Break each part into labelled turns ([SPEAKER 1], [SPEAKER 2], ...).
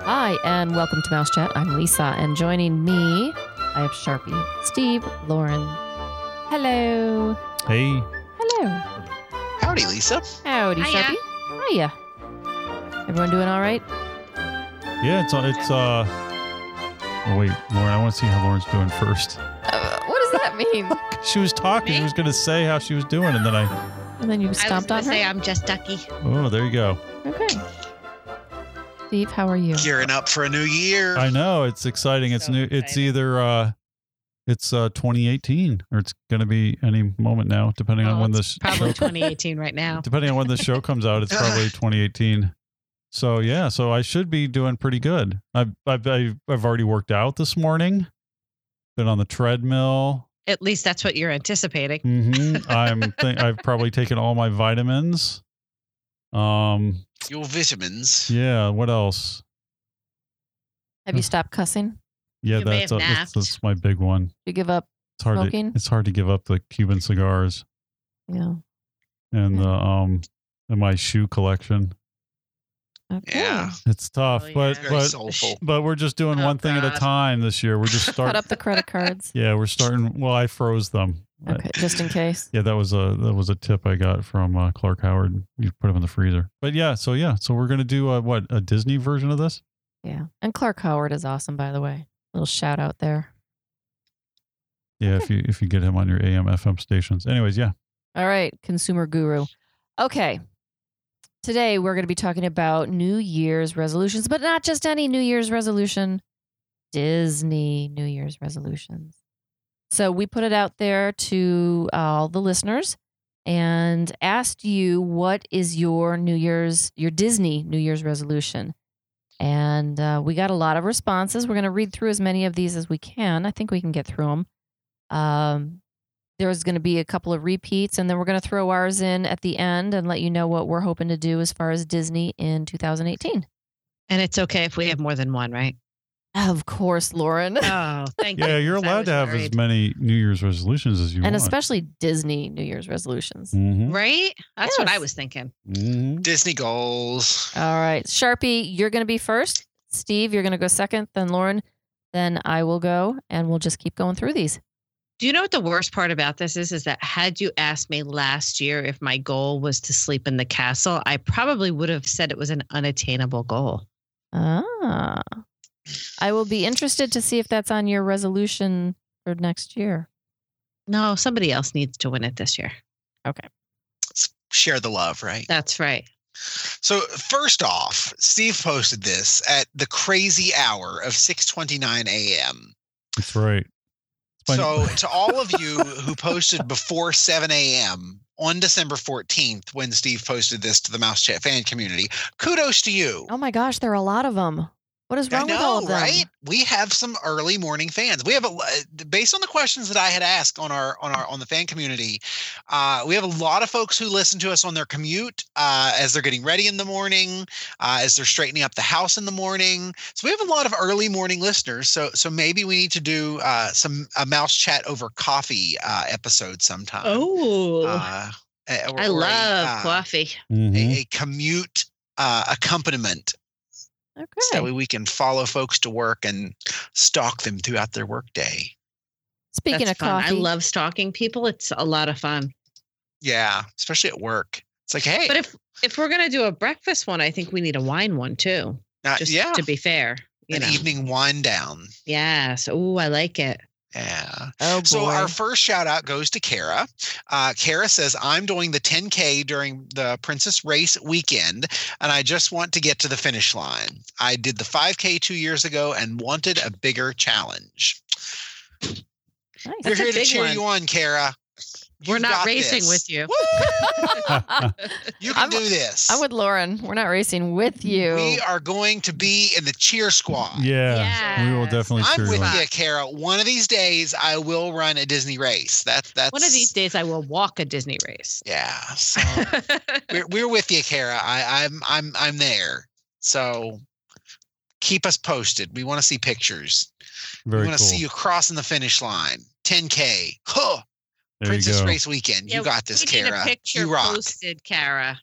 [SPEAKER 1] Hi, and welcome to Mouse Chat. I'm Lisa, and joining me, I have Sharpie, Steve, Lauren. Hello.
[SPEAKER 2] Hey,
[SPEAKER 1] Hello.
[SPEAKER 3] Howdy, Lisa.
[SPEAKER 1] Howdy,
[SPEAKER 4] Hiya.
[SPEAKER 1] Sharpie. Hiya. Everyone doing all right?
[SPEAKER 2] yeah, it's it's uh. Oh wait, Lauren, I want to see how Lauren's doing first.
[SPEAKER 1] Uh, what does that mean?
[SPEAKER 2] She was talking. She
[SPEAKER 4] Me?
[SPEAKER 2] was gonna say how she was doing, and then I.
[SPEAKER 1] and then you
[SPEAKER 4] I was
[SPEAKER 1] stomped
[SPEAKER 4] gonna
[SPEAKER 1] on her?
[SPEAKER 4] say I'm just ducky.
[SPEAKER 2] Oh, there you go.
[SPEAKER 1] okay. Steve, how are you?
[SPEAKER 3] Gearing up for a new year.
[SPEAKER 2] I know it's exciting. It's
[SPEAKER 4] So
[SPEAKER 2] new. It's
[SPEAKER 4] exciting.
[SPEAKER 2] either uh, it's uh 2018, or it's gonna be any moment now, depending on
[SPEAKER 4] Oh,
[SPEAKER 2] when
[SPEAKER 4] it's
[SPEAKER 2] this
[SPEAKER 4] Probably 2018 right now.
[SPEAKER 2] depending on when the show comes out, it's probably 2018. So yeah, so I should be doing pretty good. I've I've I've I've already worked out this morning. Been on the treadmill.
[SPEAKER 4] At least that's what you're anticipating.
[SPEAKER 2] hmm I'm th- I've probably taken all my vitamins. Um.
[SPEAKER 3] Your vitamins.
[SPEAKER 2] Yeah. What else?
[SPEAKER 1] Have you stopped cussing?
[SPEAKER 2] Yeah,
[SPEAKER 4] You may
[SPEAKER 2] that's, a,
[SPEAKER 4] have
[SPEAKER 2] that's
[SPEAKER 4] napped.
[SPEAKER 2] that's my big one.
[SPEAKER 1] You give up?
[SPEAKER 2] It's hard. To,
[SPEAKER 1] Smoking?
[SPEAKER 2] it's hard to give up the Cuban cigars
[SPEAKER 1] Yeah.
[SPEAKER 2] and
[SPEAKER 1] Mm-hmm.
[SPEAKER 2] the um and my shoe collection.
[SPEAKER 1] Okay.
[SPEAKER 3] Yeah.
[SPEAKER 2] It's tough,
[SPEAKER 4] Oh,
[SPEAKER 2] but
[SPEAKER 4] yeah.
[SPEAKER 3] Very
[SPEAKER 2] but
[SPEAKER 3] soulful.
[SPEAKER 2] but we're just doing
[SPEAKER 4] Oh,
[SPEAKER 2] one thing at a
[SPEAKER 4] God.
[SPEAKER 2] time this year. We're just
[SPEAKER 1] Cut
[SPEAKER 2] starting.
[SPEAKER 1] up the credit cards.
[SPEAKER 2] Yeah, we're starting. Well, I froze them. I-
[SPEAKER 1] Okay, just in case.
[SPEAKER 2] yeah, that was a that was a tip I got from uh, Clark Howard. You put them in the freezer. But yeah, so yeah, so we're gonna do a, what a Disney version of this.
[SPEAKER 1] Yeah. And Clark Howard is awesome, by the way. Little shout out there.
[SPEAKER 2] Yeah, if you if you get him on your AM FM stations. Anyways, yeah,
[SPEAKER 1] All right, consumer guru. Okay. Today we're going to be talking about New Year's resolutions, but not just any New Year's resolution, Disney New Year's resolutions. So we put it out there to all the listeners and asked you what is your New Year's, your Disney New Year's resolution? And uh, we got a lot of responses. We're going to read through as many of these as we can. I think we can get through them. Um, there's going to be a couple of repeats, and then we're going to throw ours in at the end and let you know what we're hoping to do as far as Disney in 2018.
[SPEAKER 4] And it's okay if we have more than one, right?
[SPEAKER 1] Of course, Lauren.
[SPEAKER 4] Oh, thank you.
[SPEAKER 2] yeah, you're
[SPEAKER 4] 'cause I
[SPEAKER 2] allowed
[SPEAKER 4] was
[SPEAKER 2] to have as
[SPEAKER 4] worried.
[SPEAKER 2] many New Year's resolutions as you
[SPEAKER 1] and
[SPEAKER 2] want.
[SPEAKER 1] especially Disney New Year's resolutions.
[SPEAKER 2] Mhm.
[SPEAKER 4] Right? That's what I
[SPEAKER 1] Yes.
[SPEAKER 4] was thinking.
[SPEAKER 2] Mhm.
[SPEAKER 3] Disney goals.
[SPEAKER 1] All right. Sharpie, you're going to be first. Steve, you're going to go second. Then Lauren. Then I will go, and we'll just keep going through these.
[SPEAKER 4] Do you know what the worst part about this is? Is that had you asked me last year if my goal was to sleep in the castle, I probably would have said it was an unattainable goal.
[SPEAKER 1] Ah. I will be interested to see if that's on your resolution for next year.
[SPEAKER 4] No, somebody else needs to win it this year.
[SPEAKER 3] S- Share the love, right?
[SPEAKER 4] That's right.
[SPEAKER 3] So first off, Steve posted this at the crazy hour of 6:29 a.m.
[SPEAKER 2] That's right. It's my-
[SPEAKER 3] So to all of you who posted before 7 a.m. on December 14th, when Steve posted this to the Mouse Chat fan community, kudos to you.
[SPEAKER 1] Oh my gosh, there are a lot of them. What is
[SPEAKER 3] I
[SPEAKER 1] wrong with all of them?
[SPEAKER 3] right? We have some early morning fans. We have a lo- based on the questions that I had asked on our on our on the fan community. Uh, we have a lot of folks who listen to us on their commute uh, as they're getting ready in the morning, uh, as they're straightening up the house in the morning. So we have a lot of early morning listeners. So so maybe we need to do uh, some a mouse chat over coffee uh, episode sometime.
[SPEAKER 4] Oh,
[SPEAKER 3] Uh, or-
[SPEAKER 4] I
[SPEAKER 3] or a,
[SPEAKER 4] love
[SPEAKER 3] uh,
[SPEAKER 4] coffee.
[SPEAKER 2] Mhm.
[SPEAKER 3] a, a commute uh, accompaniment
[SPEAKER 1] Okay.
[SPEAKER 3] so that way we can follow folks to work and stalk them throughout their workday.
[SPEAKER 1] Speaking
[SPEAKER 4] That's
[SPEAKER 1] of
[SPEAKER 4] fun.
[SPEAKER 1] coffee,
[SPEAKER 4] I love stalking people. It's a lot of fun.
[SPEAKER 3] Yeah, especially at work. It's like, hey,
[SPEAKER 4] But if if we're gonna do a breakfast one, I think we need a wine one too.
[SPEAKER 3] uh,
[SPEAKER 4] Just
[SPEAKER 3] yeah,
[SPEAKER 4] to be fair, you
[SPEAKER 3] an
[SPEAKER 4] know.
[SPEAKER 3] evening wind down.
[SPEAKER 4] Yes. Oh, I like it.
[SPEAKER 3] Yeah.
[SPEAKER 1] Oh boy.
[SPEAKER 3] So our first shout out goes to Kara. Uh, Kara says, "I'm doing the 10k during the Princess Race weekend, and I just want to get to the finish line. I did the 5k two years ago and wanted a bigger challenge.
[SPEAKER 1] nice.
[SPEAKER 3] We're
[SPEAKER 4] That's a
[SPEAKER 3] here to
[SPEAKER 4] big
[SPEAKER 3] cheer
[SPEAKER 4] one.
[SPEAKER 3] you on, Kara.
[SPEAKER 4] We're
[SPEAKER 3] You
[SPEAKER 4] not
[SPEAKER 3] got
[SPEAKER 4] racing
[SPEAKER 3] this.
[SPEAKER 4] with you.
[SPEAKER 3] You can
[SPEAKER 1] I'm-
[SPEAKER 3] do this.
[SPEAKER 1] I'm with Lauren. We're not racing with you.
[SPEAKER 3] We are going to be in the cheer squad.
[SPEAKER 2] yeah, we will
[SPEAKER 4] Yes.
[SPEAKER 2] definitely
[SPEAKER 3] I'm
[SPEAKER 2] cheer
[SPEAKER 3] with
[SPEAKER 2] you. on.
[SPEAKER 3] you, Kara. One of these days, I will run a Disney race. That that's
[SPEAKER 4] One of these days I will walk a Disney race.
[SPEAKER 3] Yeah, so we're we're with you, Kara. I, I'm I'm I'm there. So keep us posted. We want to see pictures.
[SPEAKER 2] Very
[SPEAKER 3] we want to
[SPEAKER 2] cool.
[SPEAKER 3] see you crossing the finish line. 10k. Huh.
[SPEAKER 2] there you
[SPEAKER 3] Princess
[SPEAKER 2] go.
[SPEAKER 3] Race weekend.
[SPEAKER 4] Yeah,
[SPEAKER 3] you got this,
[SPEAKER 4] we need
[SPEAKER 3] Kara.
[SPEAKER 4] a picture
[SPEAKER 3] You rock.
[SPEAKER 4] posted, Kara.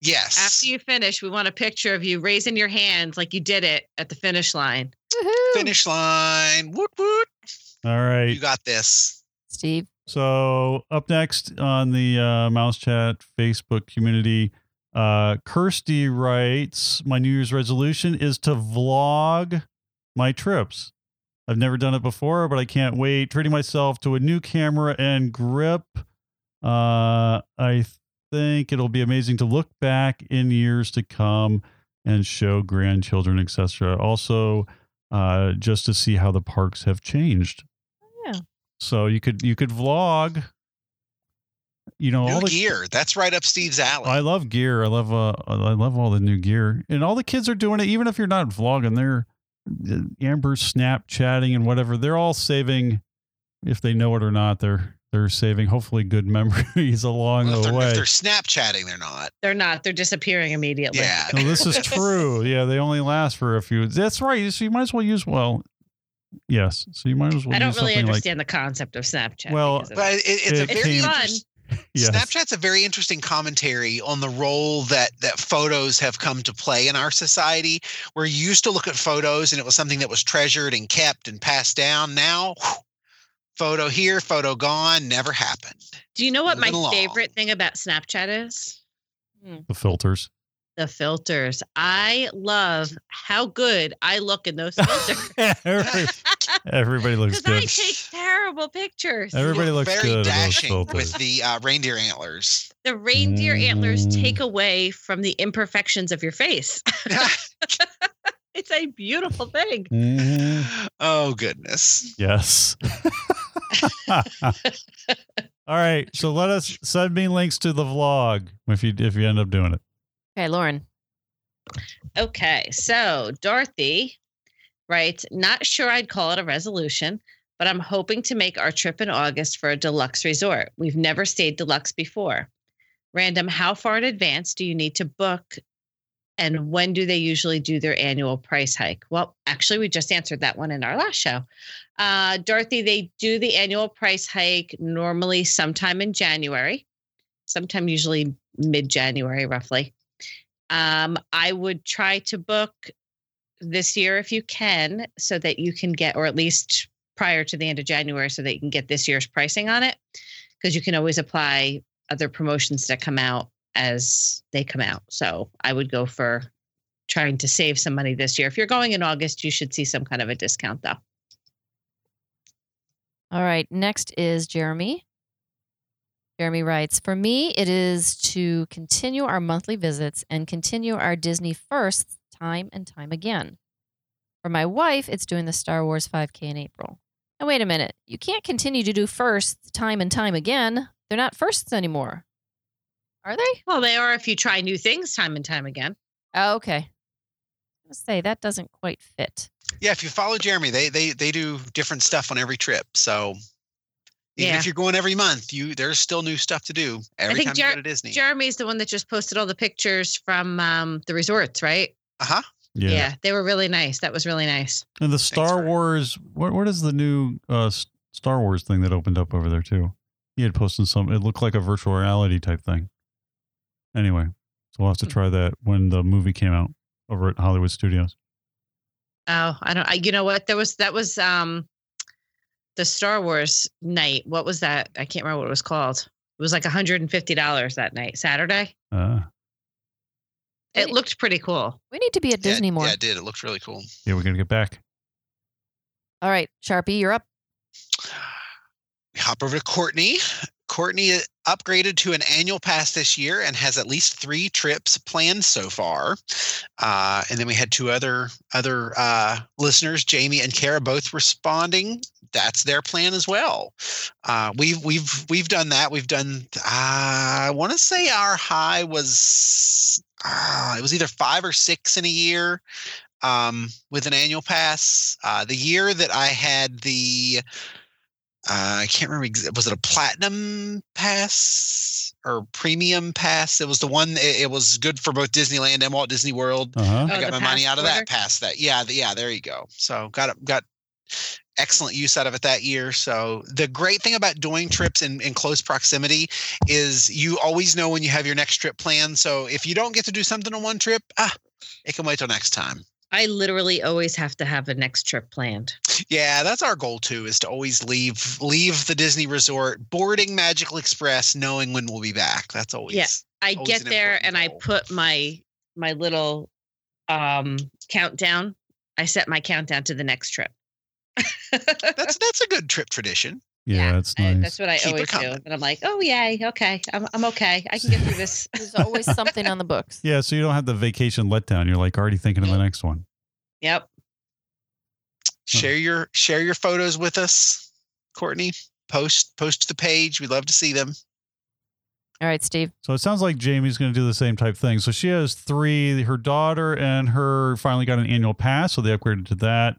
[SPEAKER 3] Yes.
[SPEAKER 4] After you finish, we want a picture of you raising your hands like you did it at the finish line.
[SPEAKER 1] Woohoo!
[SPEAKER 3] Finish line. Woot woot.
[SPEAKER 2] All right.
[SPEAKER 3] You got this.
[SPEAKER 1] Steve.
[SPEAKER 2] So up next on the uh, Mouse Chat Facebook community, uh, Kirsty writes, "My New Year's resolution is to vlog my trips. I've never done it before, but I can't wait. Treating myself to a new camera and grip. Uh, I think it'll be amazing to look back in years to come and show grandchildren, etc. Also, uh, just to see how the parks have changed." So you could you could vlog. You know all
[SPEAKER 3] New
[SPEAKER 2] the
[SPEAKER 3] gear. That's right up Steve's alley.
[SPEAKER 2] I love gear. I love uh I love all the new gear and all the kids are doing it. Even if you're not vlogging, they're uh, Amber Snapchatting and whatever. They're all saving, if they know it or not. They're they're saving hopefully good memories along
[SPEAKER 3] Well, if,
[SPEAKER 2] the
[SPEAKER 3] they're, if
[SPEAKER 2] way.
[SPEAKER 3] they're Snapchatting, they're not.
[SPEAKER 4] They're not. They're disappearing immediately.
[SPEAKER 3] Yeah.
[SPEAKER 2] No, this is true. Yeah, they only last for a few. That's right. So you might as well use well. Yes. So you might as well.
[SPEAKER 4] I don't
[SPEAKER 2] use
[SPEAKER 4] really
[SPEAKER 2] something
[SPEAKER 4] understand the concept of Snapchat.
[SPEAKER 2] Well,
[SPEAKER 4] because of
[SPEAKER 3] But
[SPEAKER 4] that.
[SPEAKER 3] it, it's
[SPEAKER 2] It
[SPEAKER 3] a very
[SPEAKER 2] came-
[SPEAKER 4] Fun.
[SPEAKER 2] Like, yes.
[SPEAKER 3] Snapchat's a very interesting commentary on the role that that photos have come to play in our society. We're used to look at photos and it was something that was treasured and kept and passed down. Now, whew, photo here, photo gone, never happened.
[SPEAKER 4] Do you know what my
[SPEAKER 3] Moving along.
[SPEAKER 4] favorite thing about Snapchat is?
[SPEAKER 2] the filters.
[SPEAKER 4] The filters. I love how good I look in those filters.
[SPEAKER 2] Every- Everybody looks
[SPEAKER 4] Because I
[SPEAKER 2] good.
[SPEAKER 4] take terrible pictures.
[SPEAKER 2] Everybody
[SPEAKER 3] You're
[SPEAKER 2] looks
[SPEAKER 3] very
[SPEAKER 2] good. in those
[SPEAKER 3] dashing
[SPEAKER 2] filters.
[SPEAKER 3] with the uh, reindeer antlers.
[SPEAKER 4] The reindeer antlers
[SPEAKER 2] Mm.
[SPEAKER 4] take away from the imperfections of your face. It's a beautiful thing.
[SPEAKER 2] Mhm.
[SPEAKER 3] oh goodness.
[SPEAKER 2] Yes. All right. So let us send me links to the vlog if you if you end up doing it.
[SPEAKER 1] Okay, Lauren.
[SPEAKER 4] Okay, so Dorothy writes, not sure I'd call it a resolution, but I'm hoping to make our trip in August for a deluxe resort. We've never stayed deluxe before. Random, how far in advance do you need to book? And when do they usually do their annual price hike? Well, actually, we just answered that one in our last show. Uh, Dorothy, they do the annual price hike normally sometime in January, sometime usually mid January, roughly. Um, I would try to book this year if you can, so that you can get, or at least prior to the end of January, so that you can get this year's pricing on it, because you can always apply other promotions that come out as they come out. So I would go for trying to save some money this year. If you're going in August, you should see some kind of a discount though.
[SPEAKER 1] All right. Next is Jeremy. Jeremy writes For me, it is to continue our monthly visits and continue our Disney firsts time and time again. For my wife, it's doing the Star Wars 5K in April. Now, wait a minute. You can't continue to do firsts time and time again. They're not firsts anymore. Are they?
[SPEAKER 4] Well, they are if you try new things time and time again.
[SPEAKER 1] Oh, okay. I was gonna say that doesn't quite fit.
[SPEAKER 3] Yeah, if you follow Jeremy, they they they do different stuff on every trip. So even
[SPEAKER 4] Yeah.
[SPEAKER 3] if you're going every month, you there's still new stuff to do every
[SPEAKER 4] think
[SPEAKER 3] time
[SPEAKER 4] Jer-
[SPEAKER 3] you go to Disney.
[SPEAKER 4] Jeremy's the one that just posted all the pictures from um, the resorts, right?
[SPEAKER 3] uh-huh.
[SPEAKER 2] Yeah.
[SPEAKER 4] yeah, they were really nice. That was really nice.
[SPEAKER 2] And the Star
[SPEAKER 3] for it.
[SPEAKER 2] Wars. What what is the new uh, S- Star Wars thing that opened up over there too? He had posted some. It looked like a virtual reality type thing. Anyway, so we'll have to try that when the movie came out over at Hollywood Studios.
[SPEAKER 4] Oh, I don't. I, you know what? There was that was um, the Star Wars night. What was that? I can't remember what it was called. It was like one hundred and fifty dollars that night, Saturday.
[SPEAKER 2] Uh,
[SPEAKER 4] It looked pretty cool.
[SPEAKER 1] We need to be at
[SPEAKER 3] Yeah,
[SPEAKER 1] Disney more.
[SPEAKER 3] Yeah, it did. It looked really cool.
[SPEAKER 2] yeah, we're gonna get back.
[SPEAKER 1] All right, Sharpie, you're up.
[SPEAKER 3] We hop over to Courtney. Courtney uh, upgraded to an annual pass this year and has at least three trips planned so far. Uh, and then we had two other other uh, listeners, Jamie and Kara, both responding. That's their plan as well. Uh, we've we've we've done that. We've done. Uh, I want to say our high was uh, it was either five or six in a year um, with an annual pass. Uh, the year that I had the uh, I can't remember. exa- Was it a platinum pass or premium pass? It was the one. It, it was good for both Disneyland and Walt Disney World.
[SPEAKER 2] Uh huh.
[SPEAKER 4] Oh,
[SPEAKER 3] I got
[SPEAKER 4] the
[SPEAKER 3] my money
[SPEAKER 4] pass
[SPEAKER 3] out of
[SPEAKER 4] order?
[SPEAKER 3] that pass. That yeah, the, yeah. There you go. So got it. Got excellent use out of it that year. So the great thing about doing trips in, in close proximity is you always know when you have your next trip planned. So if you don't get to do something on one trip, ah, it can wait till next time.
[SPEAKER 4] I literally always have to have a next trip planned.
[SPEAKER 3] Yeah, that's our goal too, is to always leave leave the Disney resort boarding Magical Express, knowing when we'll be back. That's always
[SPEAKER 4] Yeah. I
[SPEAKER 3] Always
[SPEAKER 4] get
[SPEAKER 3] an
[SPEAKER 4] there and
[SPEAKER 3] important
[SPEAKER 4] I
[SPEAKER 3] goal.
[SPEAKER 4] put my my little um countdown. I set my countdown to the next trip.
[SPEAKER 3] that's that's a good trip tradition.
[SPEAKER 2] Yeah,
[SPEAKER 4] Yeah,
[SPEAKER 2] that's
[SPEAKER 4] I-
[SPEAKER 2] nice.
[SPEAKER 4] that's what I
[SPEAKER 3] Keep it
[SPEAKER 4] always do.
[SPEAKER 3] coming.
[SPEAKER 4] And I'm like, oh yay, okay. I'm I'm okay. I can get through this.
[SPEAKER 1] There's always something on the books.
[SPEAKER 2] yeah, so you don't have the vacation letdown. You're like already thinking of the next one.
[SPEAKER 4] Yep.
[SPEAKER 3] Share your share your photos with us, Courtney. Post post to the page. We'd love to see them.
[SPEAKER 1] All right, Steve.
[SPEAKER 2] So it sounds like Jamie's going to do the same type thing. So she has three. Her daughter and her finally got an annual pass, so they upgraded to that.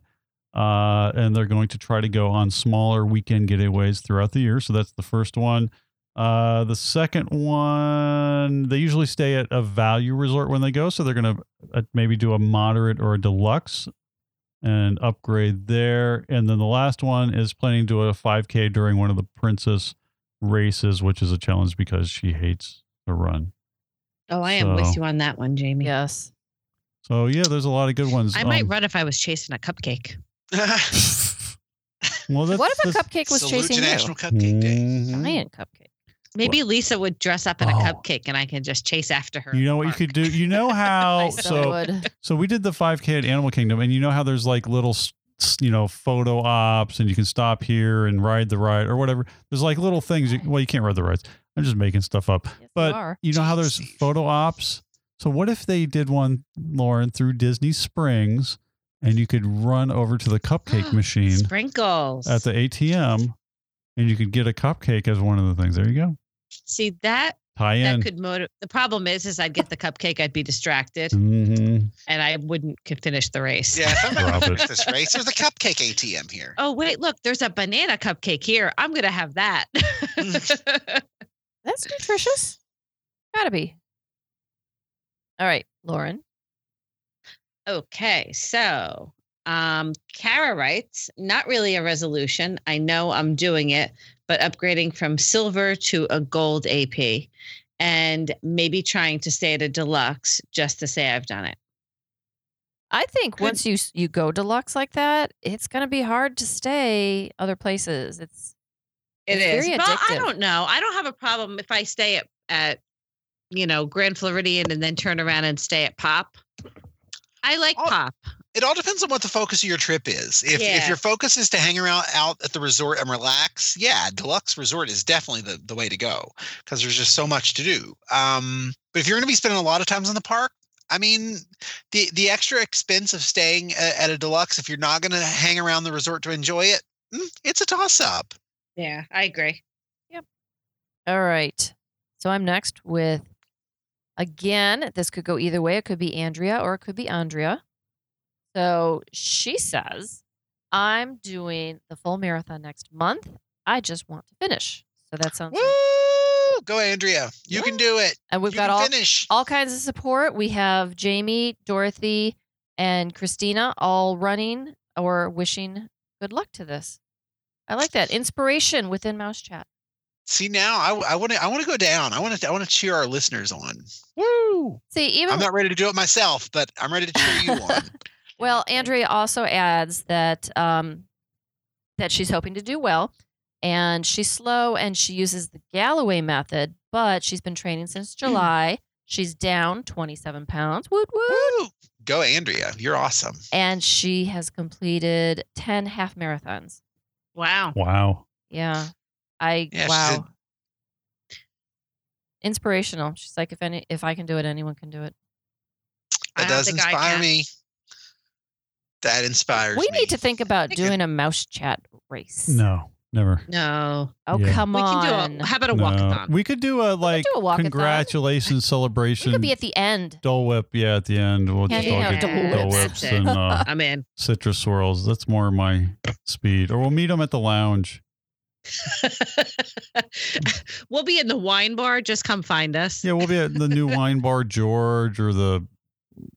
[SPEAKER 2] Uh, and they're going to try to go on smaller weekend getaways throughout the year. So that's the first one. Uh, the second one, they usually stay at a value resort when they go. So they're going to uh, maybe do a moderate or a deluxe and upgrade there. And then the last one is planning to do a 5K during one of the princess races, which is a challenge because she hates to run.
[SPEAKER 4] Oh, I am with
[SPEAKER 2] So-
[SPEAKER 4] you on that one, Jamie.
[SPEAKER 1] Yes.
[SPEAKER 2] So yeah, there's a lot of good ones.
[SPEAKER 4] I might
[SPEAKER 2] Um,
[SPEAKER 4] run if I was chasing a cupcake.
[SPEAKER 2] well, that's,
[SPEAKER 1] What if a
[SPEAKER 2] that's-
[SPEAKER 1] cupcake was
[SPEAKER 3] Salute
[SPEAKER 1] chasing
[SPEAKER 3] to National
[SPEAKER 1] you?
[SPEAKER 3] Cupcake Day.
[SPEAKER 2] Mm.
[SPEAKER 1] Giant cupcake.
[SPEAKER 4] Maybe Lisa would dress up in a
[SPEAKER 2] Oh.
[SPEAKER 4] cupcake and I can just chase after her.
[SPEAKER 2] You
[SPEAKER 4] in
[SPEAKER 2] know
[SPEAKER 4] the
[SPEAKER 2] what you
[SPEAKER 4] park.
[SPEAKER 2] could do. You know
[SPEAKER 1] I
[SPEAKER 2] how.
[SPEAKER 1] still
[SPEAKER 2] Oh, so
[SPEAKER 1] would.
[SPEAKER 2] so we did the 5K at Animal Kingdom, and you know how there's like little s- s- you know photo ops, and you can stop here and ride the ride or whatever. There's like little things. You, well, you can't ride the rides. I'm just making stuff up.
[SPEAKER 1] Yes,
[SPEAKER 2] but-
[SPEAKER 1] you are.
[SPEAKER 2] You know how there's
[SPEAKER 3] Jeez.
[SPEAKER 2] photo ops. So what if they did one, Lauren, through Disney Springs, and you could run over to the cupcake machine
[SPEAKER 4] Sprinkles.
[SPEAKER 2] at the ATM, and you could get a cupcake as one of the things. There you go.
[SPEAKER 4] See that
[SPEAKER 2] Tie in.
[SPEAKER 4] that could motivate. The problem is, is I'd get the cupcake, I'd be distracted,
[SPEAKER 2] Mhm.
[SPEAKER 4] and I wouldn't c- finish the race.
[SPEAKER 3] Yeah, if I'm
[SPEAKER 2] Drop
[SPEAKER 3] gonna
[SPEAKER 2] it.
[SPEAKER 3] finish this race, there's a cupcake ATM here.
[SPEAKER 4] Oh wait, look, there's a banana cupcake here. I'm gonna have that.
[SPEAKER 1] That's nutritious. Gotta be. All right, Lauren.
[SPEAKER 4] okay, so um, Kara writes, not really a resolution. I know I'm doing it, but upgrading from silver to a gold AP, and maybe trying to stay at a deluxe just to say I've done it.
[SPEAKER 1] I think
[SPEAKER 3] Good.
[SPEAKER 1] once you s- you go deluxe like that, it's gonna be hard to stay other places. It's
[SPEAKER 4] It
[SPEAKER 1] It's
[SPEAKER 4] is.
[SPEAKER 1] very
[SPEAKER 4] Well, I
[SPEAKER 1] addictive.
[SPEAKER 4] don't know. I don't have a problem if I stay at, at you know, Grand Floridian and then turn around and stay at Pop. I like
[SPEAKER 3] Oh,
[SPEAKER 4] Pop.
[SPEAKER 3] It all depends on what the focus of your trip is. If,
[SPEAKER 4] Yeah.
[SPEAKER 3] if your focus is to hang around out at the resort and relax, yeah, deluxe resort is definitely the, the way to go because there's just so much to do. Um, but if you're going to be spending a lot of times in the park, I mean, the the extra expense of staying a, at a deluxe if you're not going to hang around the resort to enjoy it, mm, it's a toss up.
[SPEAKER 4] Yeah, I agree.
[SPEAKER 1] all right. So I'm next with again, this could go either way. It could be Andrea or it could be Andrea. So she says, I'm doing the full marathon next month. I just want to finish. So that sounds
[SPEAKER 3] Woo! Go Andrea, you can
[SPEAKER 1] Yeah.
[SPEAKER 3] do it.
[SPEAKER 1] and we've
[SPEAKER 3] you
[SPEAKER 1] got
[SPEAKER 3] can
[SPEAKER 1] all
[SPEAKER 3] finish.
[SPEAKER 1] all kinds of support. We have Jamie, Dorothy, and Christina all running or wishing good luck to this. I like that inspiration within Mouse Chat.
[SPEAKER 3] See now, I want to I want to go down. I want to I want to cheer our listeners on. Woo!
[SPEAKER 1] See, even
[SPEAKER 3] I'm not ready to do it myself, but I'm ready to cheer you on.
[SPEAKER 1] Well, Andrea also adds that um, that she's hoping to do well, and she's slow, and she uses the Galloway method, but she's been training since July. she's down 27 pounds, woot woot,
[SPEAKER 3] Woo! Go Andrea, you're awesome.
[SPEAKER 1] and she has completed 10 half marathons.
[SPEAKER 4] Wow.
[SPEAKER 2] Wow.
[SPEAKER 1] Yeah, I
[SPEAKER 3] Yeah, she
[SPEAKER 1] wow,
[SPEAKER 3] said-
[SPEAKER 1] inspirational. She's like, if any, if I can do it, anyone can do it.
[SPEAKER 4] I
[SPEAKER 3] That
[SPEAKER 4] don't
[SPEAKER 3] does
[SPEAKER 4] think I
[SPEAKER 3] inspire
[SPEAKER 4] can.
[SPEAKER 3] me. That inspires
[SPEAKER 1] we
[SPEAKER 3] me.
[SPEAKER 1] need to think about
[SPEAKER 3] Think it-
[SPEAKER 1] doing a mouse chat race.
[SPEAKER 2] No, never.
[SPEAKER 4] No.
[SPEAKER 1] Oh
[SPEAKER 2] Yeah.
[SPEAKER 1] come
[SPEAKER 4] we
[SPEAKER 1] on,
[SPEAKER 4] can do a, how about a
[SPEAKER 2] No.
[SPEAKER 4] walkathon?
[SPEAKER 2] We could do a like
[SPEAKER 1] do a walkathon.
[SPEAKER 2] congratulations celebration.
[SPEAKER 1] we could be at the end.
[SPEAKER 2] Dole Whip, yeah, at the end. We'll just
[SPEAKER 1] Handing
[SPEAKER 2] all
[SPEAKER 1] out
[SPEAKER 2] get
[SPEAKER 1] Dole
[SPEAKER 2] Dole
[SPEAKER 1] Whips.
[SPEAKER 2] Whips and uh,
[SPEAKER 4] I'm in.
[SPEAKER 2] citrus swirls. That's more my speed. Or we'll meet them at the lounge.
[SPEAKER 4] we'll be in the wine bar. Just come find us.
[SPEAKER 2] Yeah, we'll be at the new wine bar, George, or the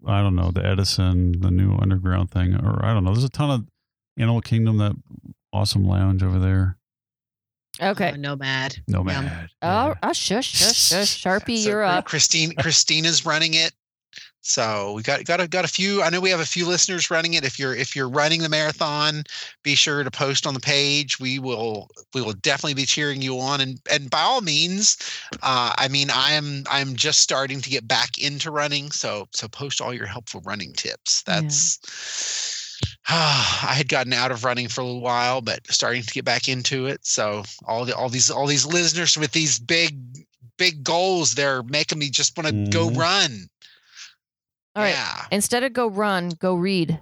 [SPEAKER 2] I don't know, the Edison, the new underground thing, or I don't know. There's a ton of Animal Kingdom, that awesome lounge over there.
[SPEAKER 1] Okay.
[SPEAKER 4] Oh, nomad.
[SPEAKER 2] Nomad.
[SPEAKER 1] Oh, oh, shush, shush, shush. Sharpie,
[SPEAKER 3] So
[SPEAKER 1] you're up.
[SPEAKER 3] Christine, Christina's running it. So we got got a, got a few. I know we have a few listeners running it. If you're if you're running the marathon, be sure to post on the page. We will we will definitely be cheering you on. And and by all means, uh, I mean I am I'm just starting to get back into running. So so post all your helpful running tips.
[SPEAKER 1] Yeah.
[SPEAKER 3] That's I had gotten out of running for a little while, but starting to get back into it. So all the all these all these listeners with these big big goals, they're making me just want to go
[SPEAKER 2] Mhm.
[SPEAKER 3] run.
[SPEAKER 1] All right.
[SPEAKER 3] Yeah.
[SPEAKER 1] Instead of go run, go read.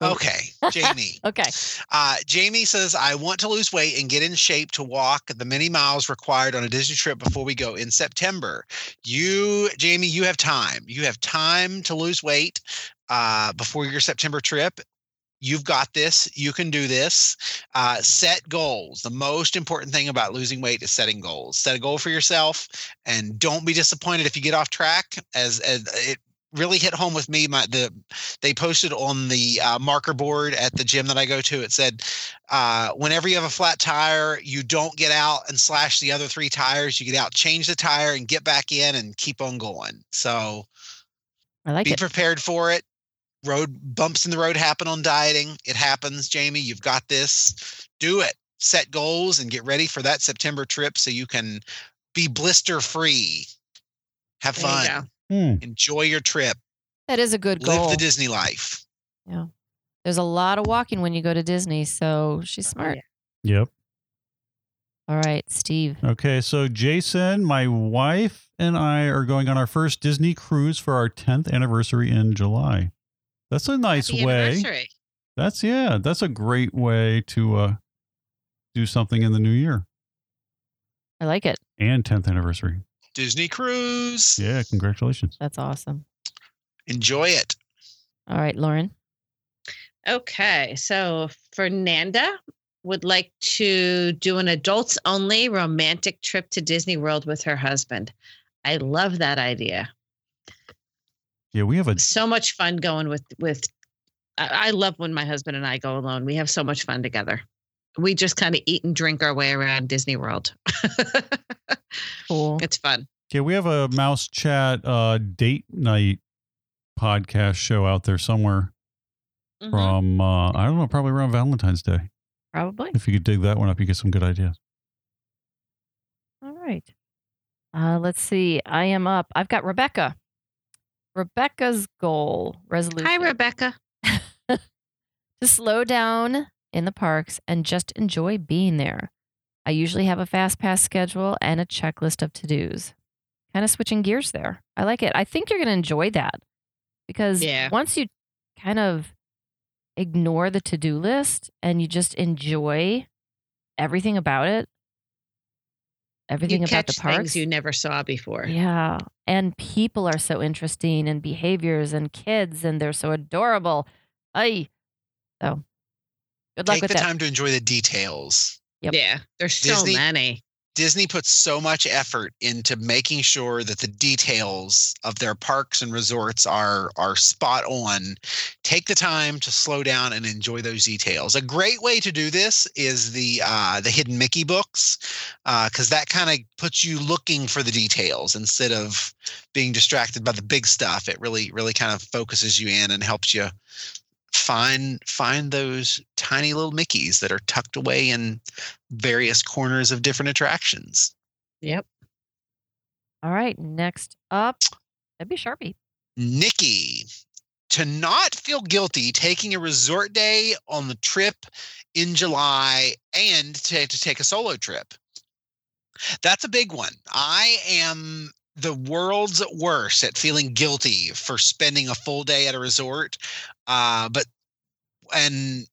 [SPEAKER 1] Go-
[SPEAKER 3] Okay, Jamie.
[SPEAKER 1] Okay.
[SPEAKER 3] Uh, Jamie says, I want to lose weight and get in shape to walk the many miles required on a Disney trip before we go in September. You, Jamie, you have time. You have time to lose weight uh, before your September trip. You've got this. You can do this. Uh, set goals. The most important thing about losing weight is setting goals. Set a goal for yourself, and don't be disappointed if you get off track. As, as it really hit home with me, my the they posted on the uh, marker board at the gym that I go to. It said, uh, whenever you have a flat tire, you don't get out and slash the other three tires. You get out, change the tire, and get back in and keep on going. So
[SPEAKER 1] I like
[SPEAKER 3] be
[SPEAKER 1] it.
[SPEAKER 3] prepared for it. Road bumps in the road happen on dieting. It happens, Jamie. You've got this. Do it. Set goals and get ready for that September trip so you can be blister free. Have
[SPEAKER 4] There you
[SPEAKER 3] fun.
[SPEAKER 2] Hmm.
[SPEAKER 3] Enjoy your trip.
[SPEAKER 1] That is a good
[SPEAKER 3] Live
[SPEAKER 1] goal.
[SPEAKER 3] the Disney life.
[SPEAKER 1] There's a lot of walking when you go to Disney, so
[SPEAKER 3] Oh,
[SPEAKER 1] she's smart.
[SPEAKER 2] Yep.
[SPEAKER 1] All right, Steve.
[SPEAKER 2] Okay, so Jason, my wife and I are going on our first Disney cruise for our 10th anniversary in July. That's a nice
[SPEAKER 4] Happy
[SPEAKER 2] way.
[SPEAKER 4] anniversary.
[SPEAKER 2] That's yeah, that's a great way to uh do something in the new year
[SPEAKER 1] I like it.
[SPEAKER 2] and 10th anniversary.
[SPEAKER 3] Disney cruise.
[SPEAKER 2] Yeah, congratulations.
[SPEAKER 1] That's awesome.
[SPEAKER 3] Enjoy it.
[SPEAKER 1] All right, Lauren.
[SPEAKER 4] Okay, so Fernanda would like to do an adults only romantic trip to Disney World with her husband. I love that idea.
[SPEAKER 2] Yeah, we have a
[SPEAKER 4] So much fun going with with I I love when my husband and I go alone. We have so much fun together. We just kind of eat and drink our way around Disney World.
[SPEAKER 1] Cool.
[SPEAKER 4] it's fun.
[SPEAKER 2] yeah, we have a mouse chat uh date night podcast show out there somewhere
[SPEAKER 4] Mhm.
[SPEAKER 2] from uh I don't know, probably around Valentine's Day.
[SPEAKER 1] Probably.
[SPEAKER 2] If you could dig that one up, you get some good ideas.
[SPEAKER 1] All right. Uh, let's see. I am up. I've got Rebecca. Rebecca's goal resolution
[SPEAKER 4] Hi Rebecca.
[SPEAKER 1] to slow down in the parks and just enjoy being there. I usually have a fast pass schedule and a checklist of to dos. Kind of switching gears there. I like it. I think you're going to enjoy that because
[SPEAKER 4] Yeah.
[SPEAKER 1] once you kind of ignore the to do list and you just enjoy everything about it, everything
[SPEAKER 4] you
[SPEAKER 1] about
[SPEAKER 4] catch
[SPEAKER 1] the parks.
[SPEAKER 4] things you never saw before.
[SPEAKER 1] Yeah. And people are so interesting and behaviors and kids and they're so adorable. I so good luck
[SPEAKER 3] Take
[SPEAKER 1] with
[SPEAKER 3] the
[SPEAKER 1] that.
[SPEAKER 3] time to enjoy the details.
[SPEAKER 1] Yep.
[SPEAKER 4] Yeah, there's so
[SPEAKER 3] Disney-
[SPEAKER 4] many.
[SPEAKER 3] Disney puts so much effort into making sure that the details of their parks and resorts are are spot on. Take the time to slow down and enjoy those details. A great way to do this is the uh, the hidden Mickey books, because that kind of puts you looking for the details instead of being distracted by the big stuff. It really really kind of focuses you in and helps you find find those tiny little Mickeys that are tucked away in various corners of different attractions.
[SPEAKER 4] Yep.
[SPEAKER 1] All right. Next up, that'd be Sharpie.
[SPEAKER 3] Nikki, to not feel guilty taking a resort day on the trip in July and to, to take a solo trip. That's a big one. I am the world's worst at feeling guilty for spending a full day at a resort. Uh, but, and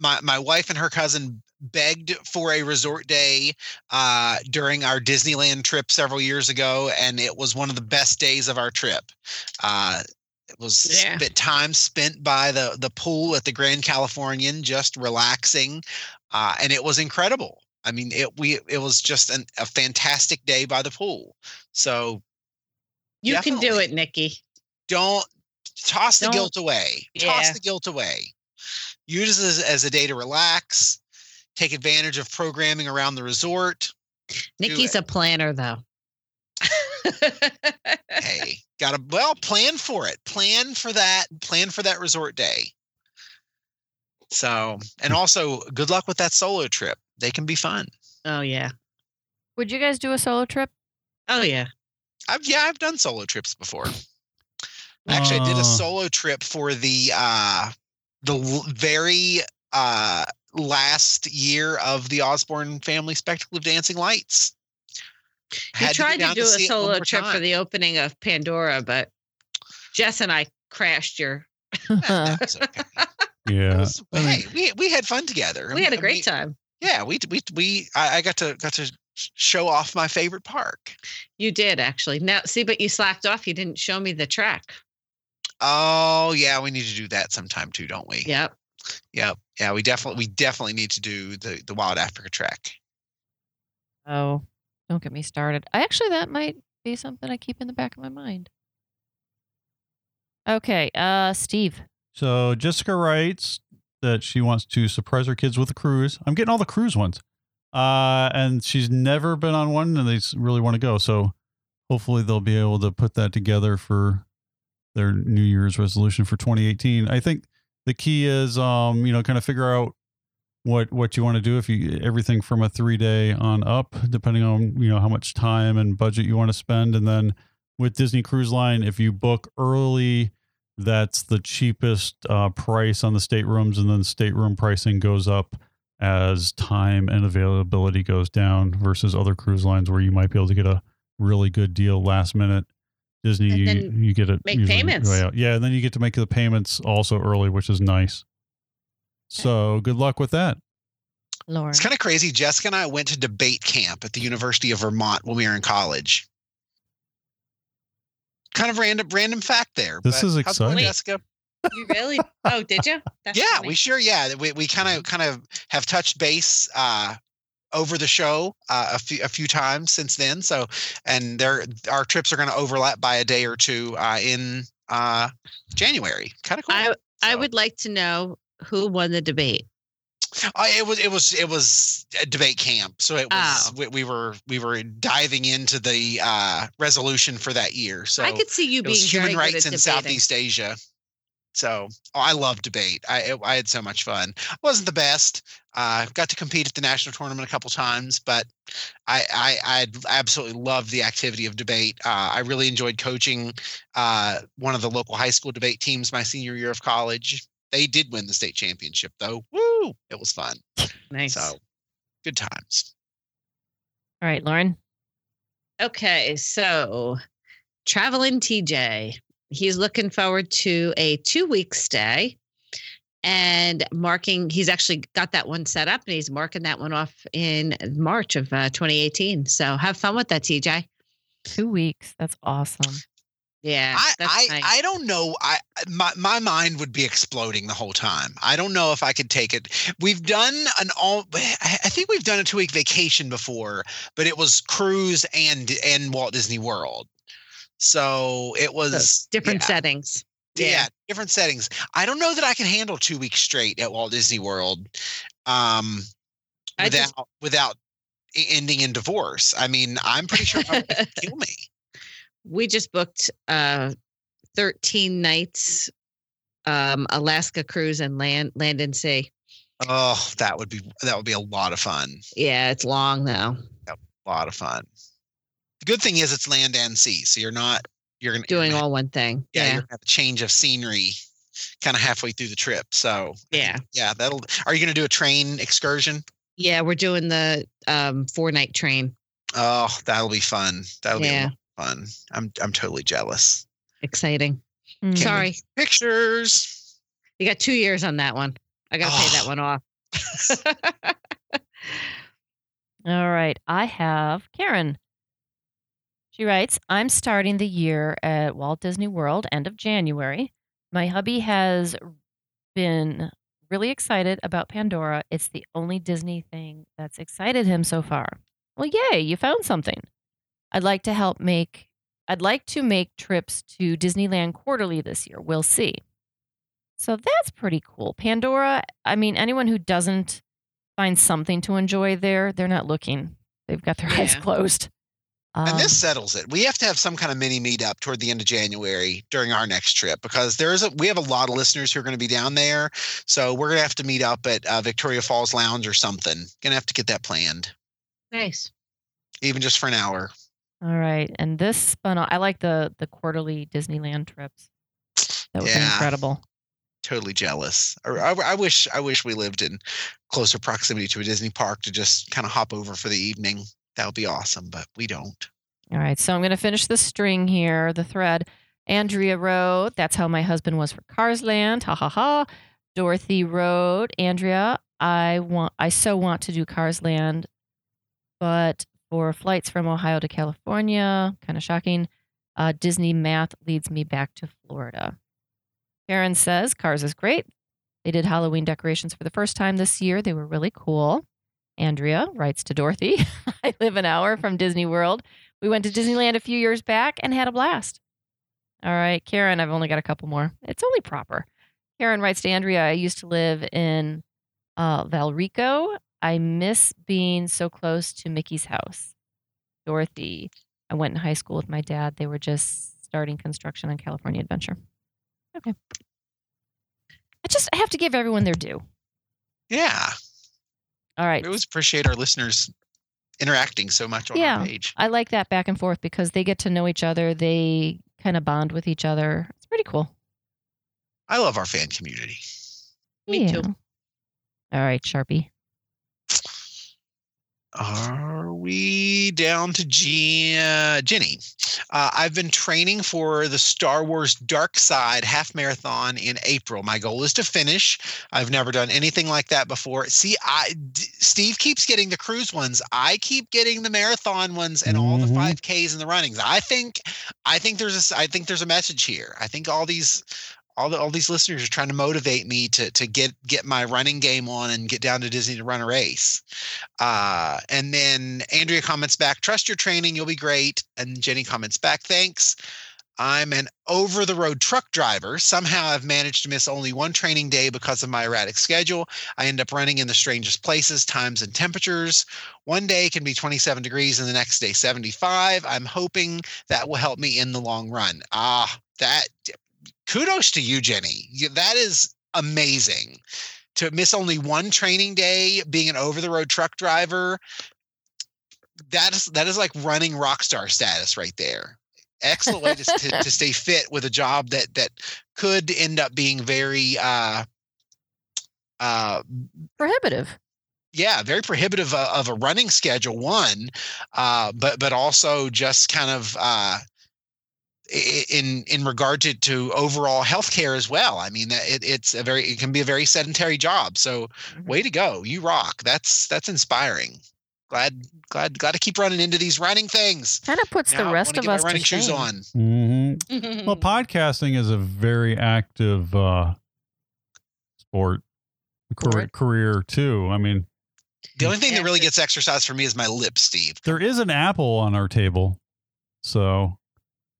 [SPEAKER 3] my, my wife and her cousin begged for a resort day uh, during our Disneyland trip several years ago, and it was one of the best days of our trip. Uh, it was
[SPEAKER 4] Yeah.
[SPEAKER 3] spent time spent by the the pool at the Grand Californian, just relaxing, uh, and it was incredible. I mean, it we it was just an, a fantastic day by the pool. So
[SPEAKER 4] You can do
[SPEAKER 3] Definitely.
[SPEAKER 4] it, Nikki.
[SPEAKER 3] don't toss the
[SPEAKER 4] Don't-
[SPEAKER 3] guilt away. Toss
[SPEAKER 4] Yeah.
[SPEAKER 3] the guilt away. Use this as, as a day to relax, take advantage of programming around the resort.
[SPEAKER 4] Nikki's a planner, though.
[SPEAKER 3] Hey, gotta well plan for it. Plan for that. Plan for that resort day. So, and also good luck with that solo trip. They can be fun.
[SPEAKER 4] oh yeah.
[SPEAKER 1] Would you guys do a solo trip?
[SPEAKER 4] Oh yeah.
[SPEAKER 3] I've yeah, I've done solo trips before. Actually, I did
[SPEAKER 2] Uh.
[SPEAKER 3] a solo trip for the uh the l- very uh last year of the Osborne Family Spectacle of Dancing Lights.
[SPEAKER 4] He
[SPEAKER 3] Had to get
[SPEAKER 4] tried to,
[SPEAKER 3] down
[SPEAKER 4] do a
[SPEAKER 3] see it one
[SPEAKER 4] solo
[SPEAKER 3] more
[SPEAKER 4] trip for
[SPEAKER 3] time.
[SPEAKER 4] the opening of Pandora, but Jess and I crashed your. Uh.
[SPEAKER 3] That was okay. It
[SPEAKER 2] Yeah.
[SPEAKER 3] was-
[SPEAKER 2] I mean-
[SPEAKER 3] hey, we we had fun together.
[SPEAKER 4] We had a
[SPEAKER 3] I
[SPEAKER 4] great
[SPEAKER 3] mean,
[SPEAKER 4] time.
[SPEAKER 3] Yeah, we we we I, I got to got to sh- show off my favorite park.
[SPEAKER 4] You did actually. Now see, but you slacked off. You didn't show me the track.
[SPEAKER 3] Oh yeah, we need to do that sometime too, don't we?
[SPEAKER 4] Yep.
[SPEAKER 3] Yep. Yeah, we definitely we definitely need to do the the Wild Africa track.
[SPEAKER 1] Oh, don't get me started. I Actually, that might be something I keep in the back of my mind. Okay, uh, Steve.
[SPEAKER 2] So Jessica writes that she wants to surprise her kids with a cruise. I'm getting all the cruise ones. Uh, and she's never been on one and they s- really want to go. So hopefully they'll be able to put that together for their New Year's resolution for 2018. I think the key is, um, you know, kind of figure out what, what you want to do if you, everything from a three day on up, depending on, you know, how much time and budget you want to spend. And then with Disney Cruise Line, if you book early, that's the cheapest uh, price on the staterooms, and then stateroom pricing goes up as time and availability goes down versus other cruise lines where you might be able to get a really good deal last minute. Disney,
[SPEAKER 4] And
[SPEAKER 2] you,
[SPEAKER 4] then
[SPEAKER 2] you get it.
[SPEAKER 4] make
[SPEAKER 2] usually
[SPEAKER 4] payments.
[SPEAKER 2] way out. Yeah, and then you get to make the payments also early, which is nice. So good luck with that.
[SPEAKER 1] Lauren.
[SPEAKER 3] It's kind of crazy. Jessica and I went to debate camp at the University of Vermont when we were in college. Kind of random, random fact there.
[SPEAKER 2] This
[SPEAKER 3] but
[SPEAKER 2] is
[SPEAKER 3] how cool,
[SPEAKER 2] exciting.
[SPEAKER 3] Jessica.
[SPEAKER 4] You really? oh, did you? That's
[SPEAKER 3] yeah,
[SPEAKER 4] funny.
[SPEAKER 3] we sure. Yeah, that we we kind of
[SPEAKER 2] Mm-hmm.
[SPEAKER 3] kind of have touched base uh, over the show uh, a few a few times since then. So, and there our trips are going to overlap by a day or two uh, in uh, January. Kind of cool.
[SPEAKER 4] I I
[SPEAKER 3] So-
[SPEAKER 4] would like to know who won the debate.
[SPEAKER 3] Uh, it was it was it was a debate camp, so it was
[SPEAKER 4] Oh.
[SPEAKER 3] we, we were we were diving into the uh, resolution for that year. So
[SPEAKER 4] I could see you
[SPEAKER 3] it
[SPEAKER 4] being
[SPEAKER 3] was human
[SPEAKER 4] very
[SPEAKER 3] rights
[SPEAKER 4] good
[SPEAKER 3] in
[SPEAKER 4] at debating.
[SPEAKER 3] Southeast Asia. So oh, I love debate. I it- I had so much fun. wasn't the best. Uh, got to compete at the national tournament a couple times, but I I I absolutely love the activity of debate. Uh, I really enjoyed coaching uh, one of the local high school debate teams my senior year of college. They did win the state championship though. Woo! It was fun.
[SPEAKER 4] Nice.
[SPEAKER 3] So good times.
[SPEAKER 1] All right, Lauren.
[SPEAKER 4] Okay, so traveling TJ. He's looking forward to a two week stay and marking, he's actually got that one set up and he's marking that one off in March of uh, 2018. So have fun with that, TJ.
[SPEAKER 1] Two weeks. That's awesome.
[SPEAKER 4] Yeah.
[SPEAKER 3] I,
[SPEAKER 4] that's
[SPEAKER 3] I,
[SPEAKER 4] nice.
[SPEAKER 3] I don't know. I my my mind would be exploding the whole time. I don't know if I could take it. We've done an all. I I think we've done a two week vacation before, but it was cruise and and Walt Disney World. So it was
[SPEAKER 4] Different
[SPEAKER 3] yeah,
[SPEAKER 4] settings.
[SPEAKER 3] yeah.
[SPEAKER 4] yeah.
[SPEAKER 3] different settings. I don't know that I can handle two weeks straight at Walt Disney World. Um,
[SPEAKER 4] I
[SPEAKER 3] without
[SPEAKER 4] just-
[SPEAKER 3] without e- ending in divorce. I mean, I'm pretty sure that would kill me.
[SPEAKER 4] we just booked uh 13 nights um Alaska cruise and land land and sea.
[SPEAKER 3] Oh, that would be that would be a lot of fun.
[SPEAKER 4] Yeah, it's long though.
[SPEAKER 3] A lot of fun. The good thing is it's land and sea, so you're not you're gonna you're
[SPEAKER 4] Doing
[SPEAKER 3] gonna-
[SPEAKER 4] all one thing.
[SPEAKER 3] yeah,
[SPEAKER 4] Yeah.
[SPEAKER 3] you're gonna have a change of scenery kind of halfway through the trip. So I
[SPEAKER 4] Yeah.
[SPEAKER 3] think- yeah, that'll. Are you gonna do a train excursion?
[SPEAKER 4] Yeah, we're doing the um four night train.
[SPEAKER 3] Oh, that'll be fun. That'll
[SPEAKER 4] Yeah.
[SPEAKER 3] be a lot of fun. I'm I'm totally jealous.
[SPEAKER 4] Exciting.
[SPEAKER 1] Mm.
[SPEAKER 3] Can't
[SPEAKER 4] Mm-hmm. Sorry.
[SPEAKER 3] Pictures.
[SPEAKER 4] You got two years on that one. I gotta pay that
[SPEAKER 3] Oh.
[SPEAKER 4] one off.
[SPEAKER 1] Mm. All right. I have Karen. She writes I'm starting the year at Walt Disney World end of January. My hubby has been really excited about Pandora. It's the only Disney thing that's excited him so far. Well, yay, you found something. I'd like to help make I'd like to make trips to Disneyland quarterly this year. We'll see. So that's pretty cool. Pandora, I mean, anyone who doesn't find something to enjoy there, they're not looking. They've got their eyes
[SPEAKER 4] Yeah.
[SPEAKER 1] closed.
[SPEAKER 3] And this
[SPEAKER 1] Um,
[SPEAKER 3] settles it. We have to have some kind of mini meetup toward the end of January during our next trip because there is a we have a lot of listeners who are going to be down there, so we're going to have to meet up at uh, Victoria Falls Lounge or something. Going to have to get that planned,
[SPEAKER 4] Nice.
[SPEAKER 3] even just for an hour.
[SPEAKER 1] all right. And this spun off. I like the the quarterly Disneyland trips. That was
[SPEAKER 3] Yeah.
[SPEAKER 1] incredible.
[SPEAKER 3] Totally jealous. Or I, I wish I wish we lived in closer proximity to a Disney park to just kind of hop over for the evening. That would be awesome, but we don't.
[SPEAKER 1] All right, so I'm going to finish the string here, the thread. Andrea wrote, "That's how my husband was for Cars Land." Ha ha ha. Dorothy wrote, "Andrea, I want, I so want to do Cars Land, but for flights from Ohio to California, kind of shocking. Uh, Disney math leads me back to Florida." Karen says, "Cars is great. They did Halloween decorations for the first time this year. They were really cool." Andrea writes to Dorothy, "I live an hour from Disney World." We went to Disneyland a few years back and had a blast. All right, Karen, I've only got a couple more. It's only proper. Karen writes to Andrea I used to live in uh, Valrico. I miss being so close to Mickey's house. Dorothy, I went in high school with my dad. They were just starting construction on California Adventure. Okay. I just I have to give everyone their due.
[SPEAKER 3] Yeah,
[SPEAKER 1] All right.
[SPEAKER 3] we always appreciate our listeners interacting so much on
[SPEAKER 1] Yeah.
[SPEAKER 3] our page.
[SPEAKER 1] I like that back and forth because they get to know each other, they kind of bond with each other. It's pretty cool.
[SPEAKER 3] I love our fan community.
[SPEAKER 4] Me too.
[SPEAKER 1] All right, Sharpie.
[SPEAKER 3] Are we down to G- uh, Jenny? Uh, I've been training for the Star Wars Dark Side half marathon in April. My goal is to finish. I've never done anything like that before. See, I D- Steve keeps getting the cruise ones. I keep getting the marathon ones and all the
[SPEAKER 2] Mhm.
[SPEAKER 3] 5Ks and the runnings. I think I think there's a s- I think there's a message here. I think all these all the all these listeners are trying to motivate me to to get get my running game on and get down to Disney to run a race. Uh, and then Andrea comments back, "Trust your training, you'll be great." And Jenny comments back, "Thanks." I'm an over the road truck driver. Somehow I've managed to miss only one training day because of my erratic schedule. I end up running in the strangest places, times, and temperatures. One day can be 27 degrees and the next day 75. I'm hoping that will help me in the long run. Ah, that kudos to you, Jenny. You- That is amazing to miss only one training day being an over the road truck driver. That is that is like running rock star status right there. Excellent way to, to, to stay fit with a job that that could end up being very uh uh
[SPEAKER 1] Prohibitive.
[SPEAKER 3] yeah, very prohibitive uh, of a running schedule. One, uh, but but also just kind of uh, i- in in regard to, to overall healthcare as well. I mean, that it, it's a very it can be a very sedentary job. So, way to go, you rock. That's that's inspiring. Glad glad glad to keep running into these running things.
[SPEAKER 1] Kind of puts
[SPEAKER 3] Now
[SPEAKER 1] the
[SPEAKER 3] I
[SPEAKER 1] rest
[SPEAKER 3] wanna
[SPEAKER 1] of
[SPEAKER 3] get my
[SPEAKER 1] us to
[SPEAKER 3] running shoes
[SPEAKER 1] shame.
[SPEAKER 3] on.
[SPEAKER 2] hmm Well,
[SPEAKER 4] Mm-hmm.
[SPEAKER 2] podcasting is a very active uh, sport career,
[SPEAKER 1] Sport.
[SPEAKER 2] career too. I mean,
[SPEAKER 3] The only thing
[SPEAKER 4] Yeah.
[SPEAKER 3] that really gets exercise for me is my lips, Steve.
[SPEAKER 2] there is an apple on our table, so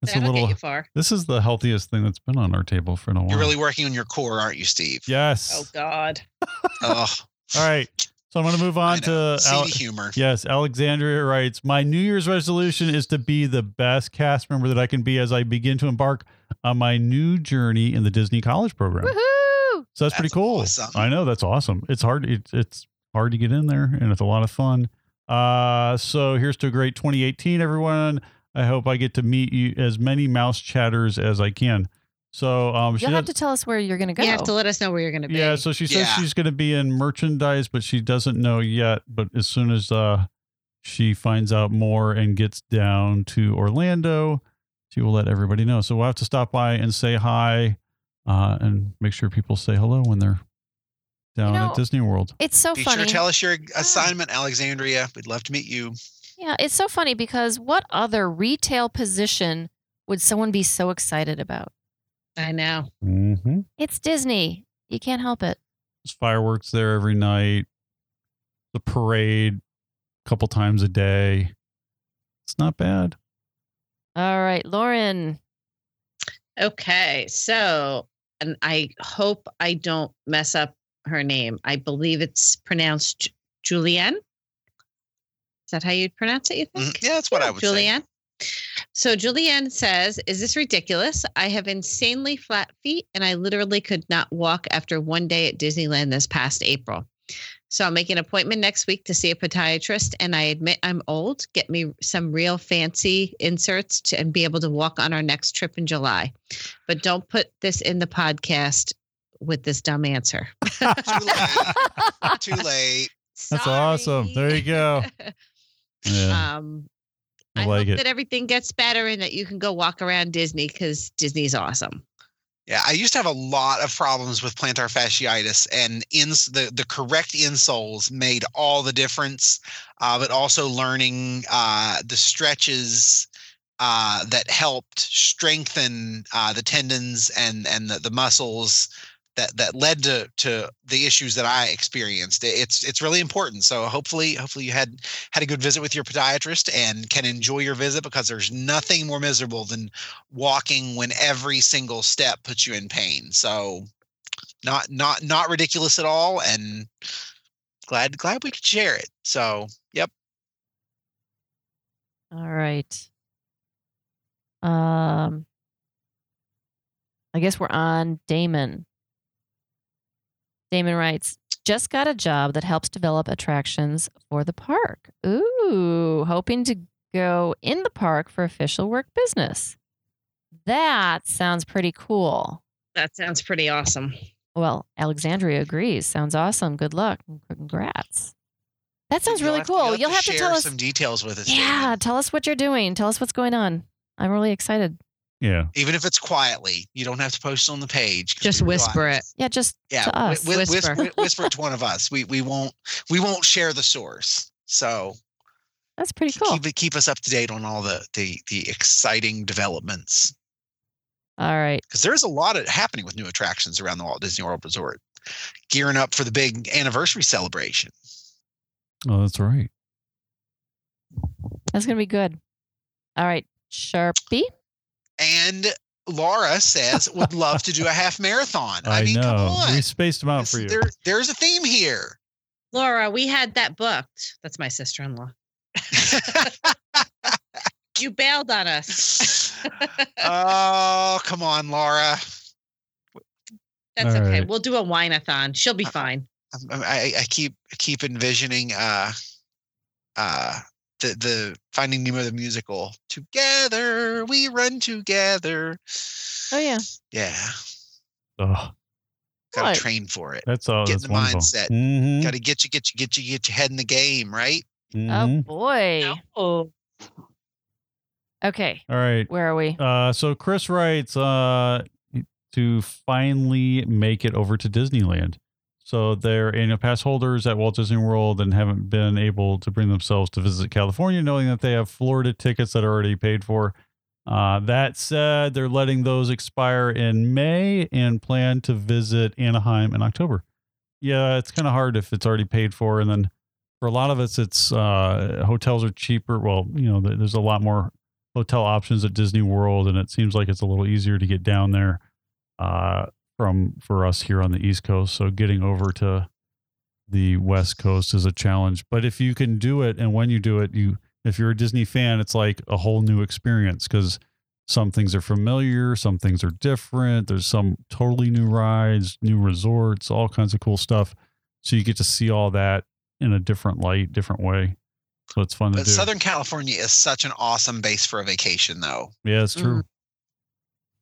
[SPEAKER 2] it's a
[SPEAKER 4] That'll
[SPEAKER 2] little.
[SPEAKER 4] get you far.
[SPEAKER 2] This is the healthiest thing that's been on our table for a while.
[SPEAKER 3] You're really working on your core, aren't you, Steve?
[SPEAKER 2] yes.
[SPEAKER 4] Oh God.
[SPEAKER 3] Oh,
[SPEAKER 2] All right. So I'm going to move on
[SPEAKER 3] I know.
[SPEAKER 2] to
[SPEAKER 3] seedy
[SPEAKER 2] Ale-
[SPEAKER 3] humor.
[SPEAKER 2] yes. Alexandria writes, my New Year's resolution is to be the best cast member that I can be as I begin to embark on my new journey in the Disney College program.
[SPEAKER 1] Woohoo!
[SPEAKER 2] So that's, pretty
[SPEAKER 3] That's
[SPEAKER 2] cool.
[SPEAKER 3] awesome.
[SPEAKER 2] I know that's awesome. It's hard. It's it's hard to get in there, and it's a lot of fun. Uh, so here's to a great 2018, everyone. I hope I get to meet you as many mouse chatters as I can. So um, she
[SPEAKER 1] You'll have
[SPEAKER 2] does-
[SPEAKER 1] to tell us where you're going to go.
[SPEAKER 4] You have to let us know where you're going to be.
[SPEAKER 2] yeah. So she says
[SPEAKER 3] Yeah.
[SPEAKER 2] she's going to be in merchandise, but she doesn't know yet. But as soon as uh, she finds out more and gets down to Orlando, she will let everybody know. So we'll have to stop by and say hi, uh, and make sure people say hello when they're down
[SPEAKER 1] know,
[SPEAKER 2] at Disney World.
[SPEAKER 1] it's so
[SPEAKER 3] Be
[SPEAKER 1] funny.
[SPEAKER 3] sure to tell us your assignment, Alexandria. We'd love to meet you. Mm-hmm.
[SPEAKER 1] yeah, it's so funny because what other retail position would someone be so excited about?
[SPEAKER 4] I know.
[SPEAKER 2] Mm-hmm.
[SPEAKER 1] It's Disney. You can't help it.
[SPEAKER 2] There's fireworks there every night. The parade, a couple times a day. It's not bad.
[SPEAKER 1] All right, Lauren.
[SPEAKER 4] Okay. So and I hope I don't mess up her name. I believe it's pronounced Ju- Julianne. Is that how you'd pronounce it? You think?
[SPEAKER 3] Mhm. Yeah, that's what I would say.
[SPEAKER 4] Oh, Julianne. So Julianne says, Is this ridiculous? I have insanely flat feet and I literally could not walk after one day at Disneyland this past April. So I'm making an appointment next week to see a podiatrist and I admit I'm old. Get me some real fancy inserts to, and be able to walk on our next trip in July. But don't put this in the podcast with this dumb answer.
[SPEAKER 3] Too late. Too late.
[SPEAKER 2] That's awesome. There you go. Yeah.
[SPEAKER 4] Um,
[SPEAKER 2] I
[SPEAKER 4] I,
[SPEAKER 2] like
[SPEAKER 4] hope
[SPEAKER 2] it.
[SPEAKER 4] that everything gets better and that you can go walk around Disney because Disney's awesome.
[SPEAKER 3] Yeah, I used to have a lot of problems with plantar fasciitis, and ins the the correct insoles made all the difference. Uh, but also learning uh, the stretches uh, that helped strengthen uh, the tendons and and the, the muscles that that led to to the issues that I experienced. It- It's it's really important. So hopefully hopefully you had had a good visit with your podiatrist and can enjoy your visit because there's nothing more miserable than walking when every single step puts you in pain. So not not not ridiculous at all and glad glad we could share it. So yep.
[SPEAKER 1] All right. Um, I guess we're on Damon. Damon writes, just got a job that helps develop attractions for the park. Ooh, hoping to go in the park for official work business. That sounds pretty cool.
[SPEAKER 4] That sounds pretty awesome.
[SPEAKER 1] Well, Alexandria agrees. Sounds awesome. Good luck. and Congrats. That sounds
[SPEAKER 3] You'll
[SPEAKER 1] really
[SPEAKER 3] have to-
[SPEAKER 1] cool. You'll have to
[SPEAKER 3] share
[SPEAKER 1] tell us
[SPEAKER 3] some details with us.
[SPEAKER 1] yeah,
[SPEAKER 3] Damon.
[SPEAKER 1] tell us what you're doing. Tell us what's going on. I'm really excited.
[SPEAKER 2] Yeah.
[SPEAKER 3] Even if it's quietly, you don't have to post on the page. 'cause
[SPEAKER 4] Just
[SPEAKER 3] we
[SPEAKER 4] whisper
[SPEAKER 3] realize-
[SPEAKER 4] it.
[SPEAKER 1] Yeah, just
[SPEAKER 3] Yeah,
[SPEAKER 1] to
[SPEAKER 3] wi-
[SPEAKER 1] us,
[SPEAKER 3] wi- whisper.
[SPEAKER 4] whisper.
[SPEAKER 3] whisper it to one of us. We we won't we won't share the source. So
[SPEAKER 1] that's pretty
[SPEAKER 3] keep-
[SPEAKER 1] cool.
[SPEAKER 3] keep keep us up to date on all the the the exciting developments.
[SPEAKER 1] All right.
[SPEAKER 3] because there's a lot of happening with new attractions around the Walt Disney World Resort, gearing up for the big anniversary celebration.
[SPEAKER 2] Oh, that's right.
[SPEAKER 1] That's gonna be good. All right. Sharpie.
[SPEAKER 3] And Laura says would love to do a half marathon. I,
[SPEAKER 2] I,
[SPEAKER 3] mean, come
[SPEAKER 2] know.
[SPEAKER 3] on.
[SPEAKER 2] We spaced them out
[SPEAKER 3] This-
[SPEAKER 2] for you.
[SPEAKER 3] there, there's a theme here.
[SPEAKER 4] Laura, we had that booked. That's my sister in law. You bailed on us.
[SPEAKER 3] oh, come on, Laura.
[SPEAKER 4] That's
[SPEAKER 2] All
[SPEAKER 4] okay.
[SPEAKER 2] right.
[SPEAKER 4] We'll do a wineathon. She'll be fine.
[SPEAKER 3] I'm- I'm- I, I keep I keep envisioning uh, uh, the the Finding Nemo the musical. Together we run together.
[SPEAKER 1] Oh yeah.
[SPEAKER 3] Yeah,
[SPEAKER 2] Oh,
[SPEAKER 3] gotta
[SPEAKER 1] What?
[SPEAKER 3] train for it.
[SPEAKER 2] that's all.
[SPEAKER 3] Get
[SPEAKER 2] that's
[SPEAKER 3] the
[SPEAKER 2] wonderful.
[SPEAKER 3] mindset.
[SPEAKER 2] Mhm,
[SPEAKER 1] Mm-hmm.
[SPEAKER 3] Got to get you, get you, get you, get your head in the game, right?
[SPEAKER 1] Oh
[SPEAKER 3] Mm-hmm.
[SPEAKER 2] mhm.
[SPEAKER 1] boy.
[SPEAKER 4] Oh,
[SPEAKER 1] Okay.
[SPEAKER 2] All right.
[SPEAKER 1] Where are we?
[SPEAKER 2] Uh, so Chris writes uh, to finally make it over to Disneyland. So they're annual pass holders at Walt Disney World and haven't been able to bring themselves to visit California, knowing that they have Florida tickets that are already paid for. Uh, that said, they're letting those expire in May and plan to visit Anaheim in October. Yeah, it's kind of hard if it's already paid for, and then for a lot of us, it's uh, hotels are cheaper. Well, you know, there- there's a lot more hotel options at Disney World, and it seems like it's a little easier to get down there uh, from for us here on the East Coast. So getting over to the West Coast is a challenge, but if you can do it, and when you do it, you if you're a Disney fan, it's like a whole new experience because some things are familiar, some things are different. There's some totally new rides, new resorts, all kinds of cool stuff. So you get to see all that in a different light, different way. So it's fun to
[SPEAKER 3] But
[SPEAKER 2] do.
[SPEAKER 3] Southern California is such an awesome base for a vacation, though.
[SPEAKER 2] yeah, it's true.
[SPEAKER 3] Mm.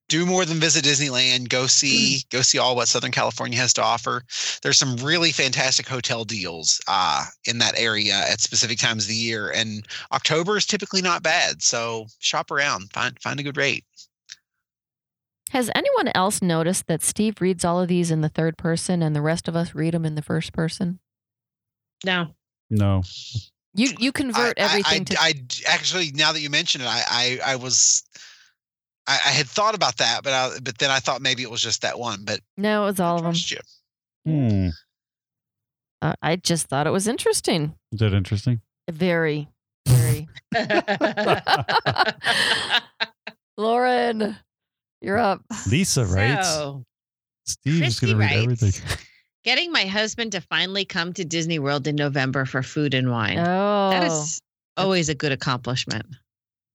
[SPEAKER 3] Do more than visit Disneyland.
[SPEAKER 1] Mm.
[SPEAKER 3] Go see, go see all what Southern California has to offer. There's some really fantastic hotel deals uh, in that area at specific times of the year, and October is typically not bad. So shop around, find find a good rate.
[SPEAKER 1] Has anyone else noticed that Steve reads all of these in the third person and the rest of us read them in the first person?
[SPEAKER 4] no.
[SPEAKER 2] No.
[SPEAKER 1] You you convert
[SPEAKER 3] I- I-
[SPEAKER 1] everything
[SPEAKER 3] I,
[SPEAKER 1] to
[SPEAKER 3] I d- actually now that you mention it, I I, I was. I I had thought about that, but I, but then I thought maybe it was just that one. But
[SPEAKER 1] No, it's all of them.
[SPEAKER 3] trust you.
[SPEAKER 2] Hmm.
[SPEAKER 1] Uh, I just thought it was interesting.
[SPEAKER 2] Is that interesting?
[SPEAKER 1] Very, very. Lauren, you're up.
[SPEAKER 2] Lisa writes
[SPEAKER 4] So,
[SPEAKER 2] Steve's going to read
[SPEAKER 4] writes,
[SPEAKER 2] everything.
[SPEAKER 4] Getting my husband to finally come to Disney World in November for food and wine.
[SPEAKER 1] Oh,
[SPEAKER 4] That is always a good accomplishment.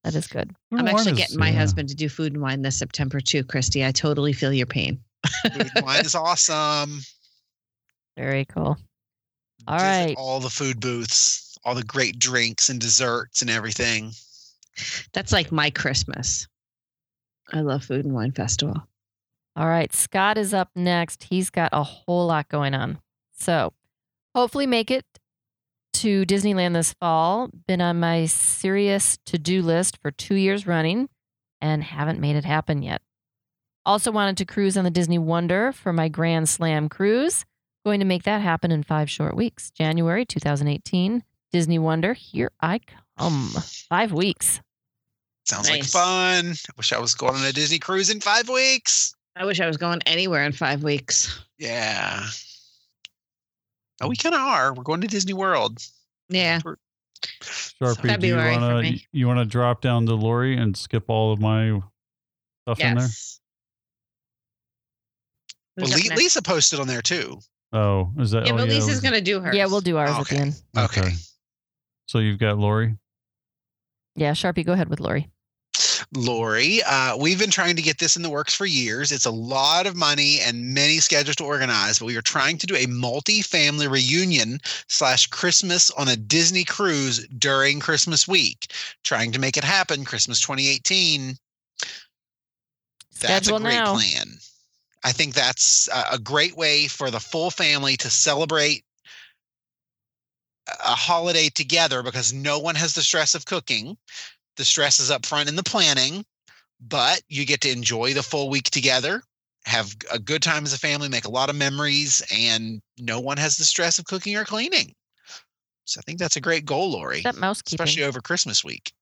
[SPEAKER 1] that is good.
[SPEAKER 2] Who
[SPEAKER 4] I'm
[SPEAKER 2] uh,
[SPEAKER 4] actually
[SPEAKER 2] is-
[SPEAKER 4] getting my
[SPEAKER 2] yeah.
[SPEAKER 4] husband to do food and wine this September too, Christy. I totally feel your pain.
[SPEAKER 3] Food and wine is awesome.
[SPEAKER 1] Very cool. All
[SPEAKER 3] Visit
[SPEAKER 1] right.
[SPEAKER 3] All the food booths, all the great drinks and desserts and everything.
[SPEAKER 4] That's like my Christmas. I love Food and Wine Festival.
[SPEAKER 1] All right, Scott is up next. He's got a whole lot going on. So, hopefully make it to Disneyland this fall. Been on my serious to-do list for 2 years running and haven't made it happen yet. Also wanted to cruise on the Disney Wonder for my Grand Slam cruise. Going to make that happen in 5 short weeks. January 2018, Disney Wonder, here I come. 5 weeks.
[SPEAKER 3] Sounds like
[SPEAKER 4] Nice.
[SPEAKER 3] fun. I wish I was going on a Disney cruise in five weeks.
[SPEAKER 4] I wish I was going anywhere in five weeks.
[SPEAKER 3] Yeah. Oh, we kind of are. We're going to Disney World.
[SPEAKER 4] Yeah.
[SPEAKER 2] Sharpie, do you
[SPEAKER 4] February for
[SPEAKER 2] wanna,
[SPEAKER 4] me.
[SPEAKER 2] you want to drop down to Lori and skip all of my stuff in there?
[SPEAKER 4] Yes.
[SPEAKER 3] Well,
[SPEAKER 4] Who's up
[SPEAKER 3] Le-
[SPEAKER 4] next?
[SPEAKER 3] Lisa posted on there too.
[SPEAKER 2] Oh, is that?
[SPEAKER 4] yeah,
[SPEAKER 2] oh,
[SPEAKER 4] but
[SPEAKER 2] that
[SPEAKER 4] Lisa's
[SPEAKER 2] was-
[SPEAKER 4] going to do her.
[SPEAKER 1] Yeah, we'll do ours at
[SPEAKER 3] Okay.
[SPEAKER 1] the end.
[SPEAKER 3] Okay.
[SPEAKER 2] So you've got Lori.
[SPEAKER 1] Yeah, Sharpie, go ahead with Lori.
[SPEAKER 3] Lori, uh, we've been trying to get this in the works for years. It's a lot of money and many schedules to organize, but we are trying to do a multi-family reunion slash Christmas on a Disney cruise during Christmas week. Trying to make it happen, Christmas 2018. That's
[SPEAKER 1] Schedule
[SPEAKER 3] a great
[SPEAKER 1] now.
[SPEAKER 3] plan. I think that's a, a great way for the full family to celebrate a- a holiday together because no one has the stress of cooking. The stress is up front in the planning, but you get to enjoy the full week together, have a good time as a family, make a lot of memories, and no one has the stress of cooking or cleaning. So I think that's a great goal, Lori
[SPEAKER 1] That mouse keeping.
[SPEAKER 3] especially over Christmas week.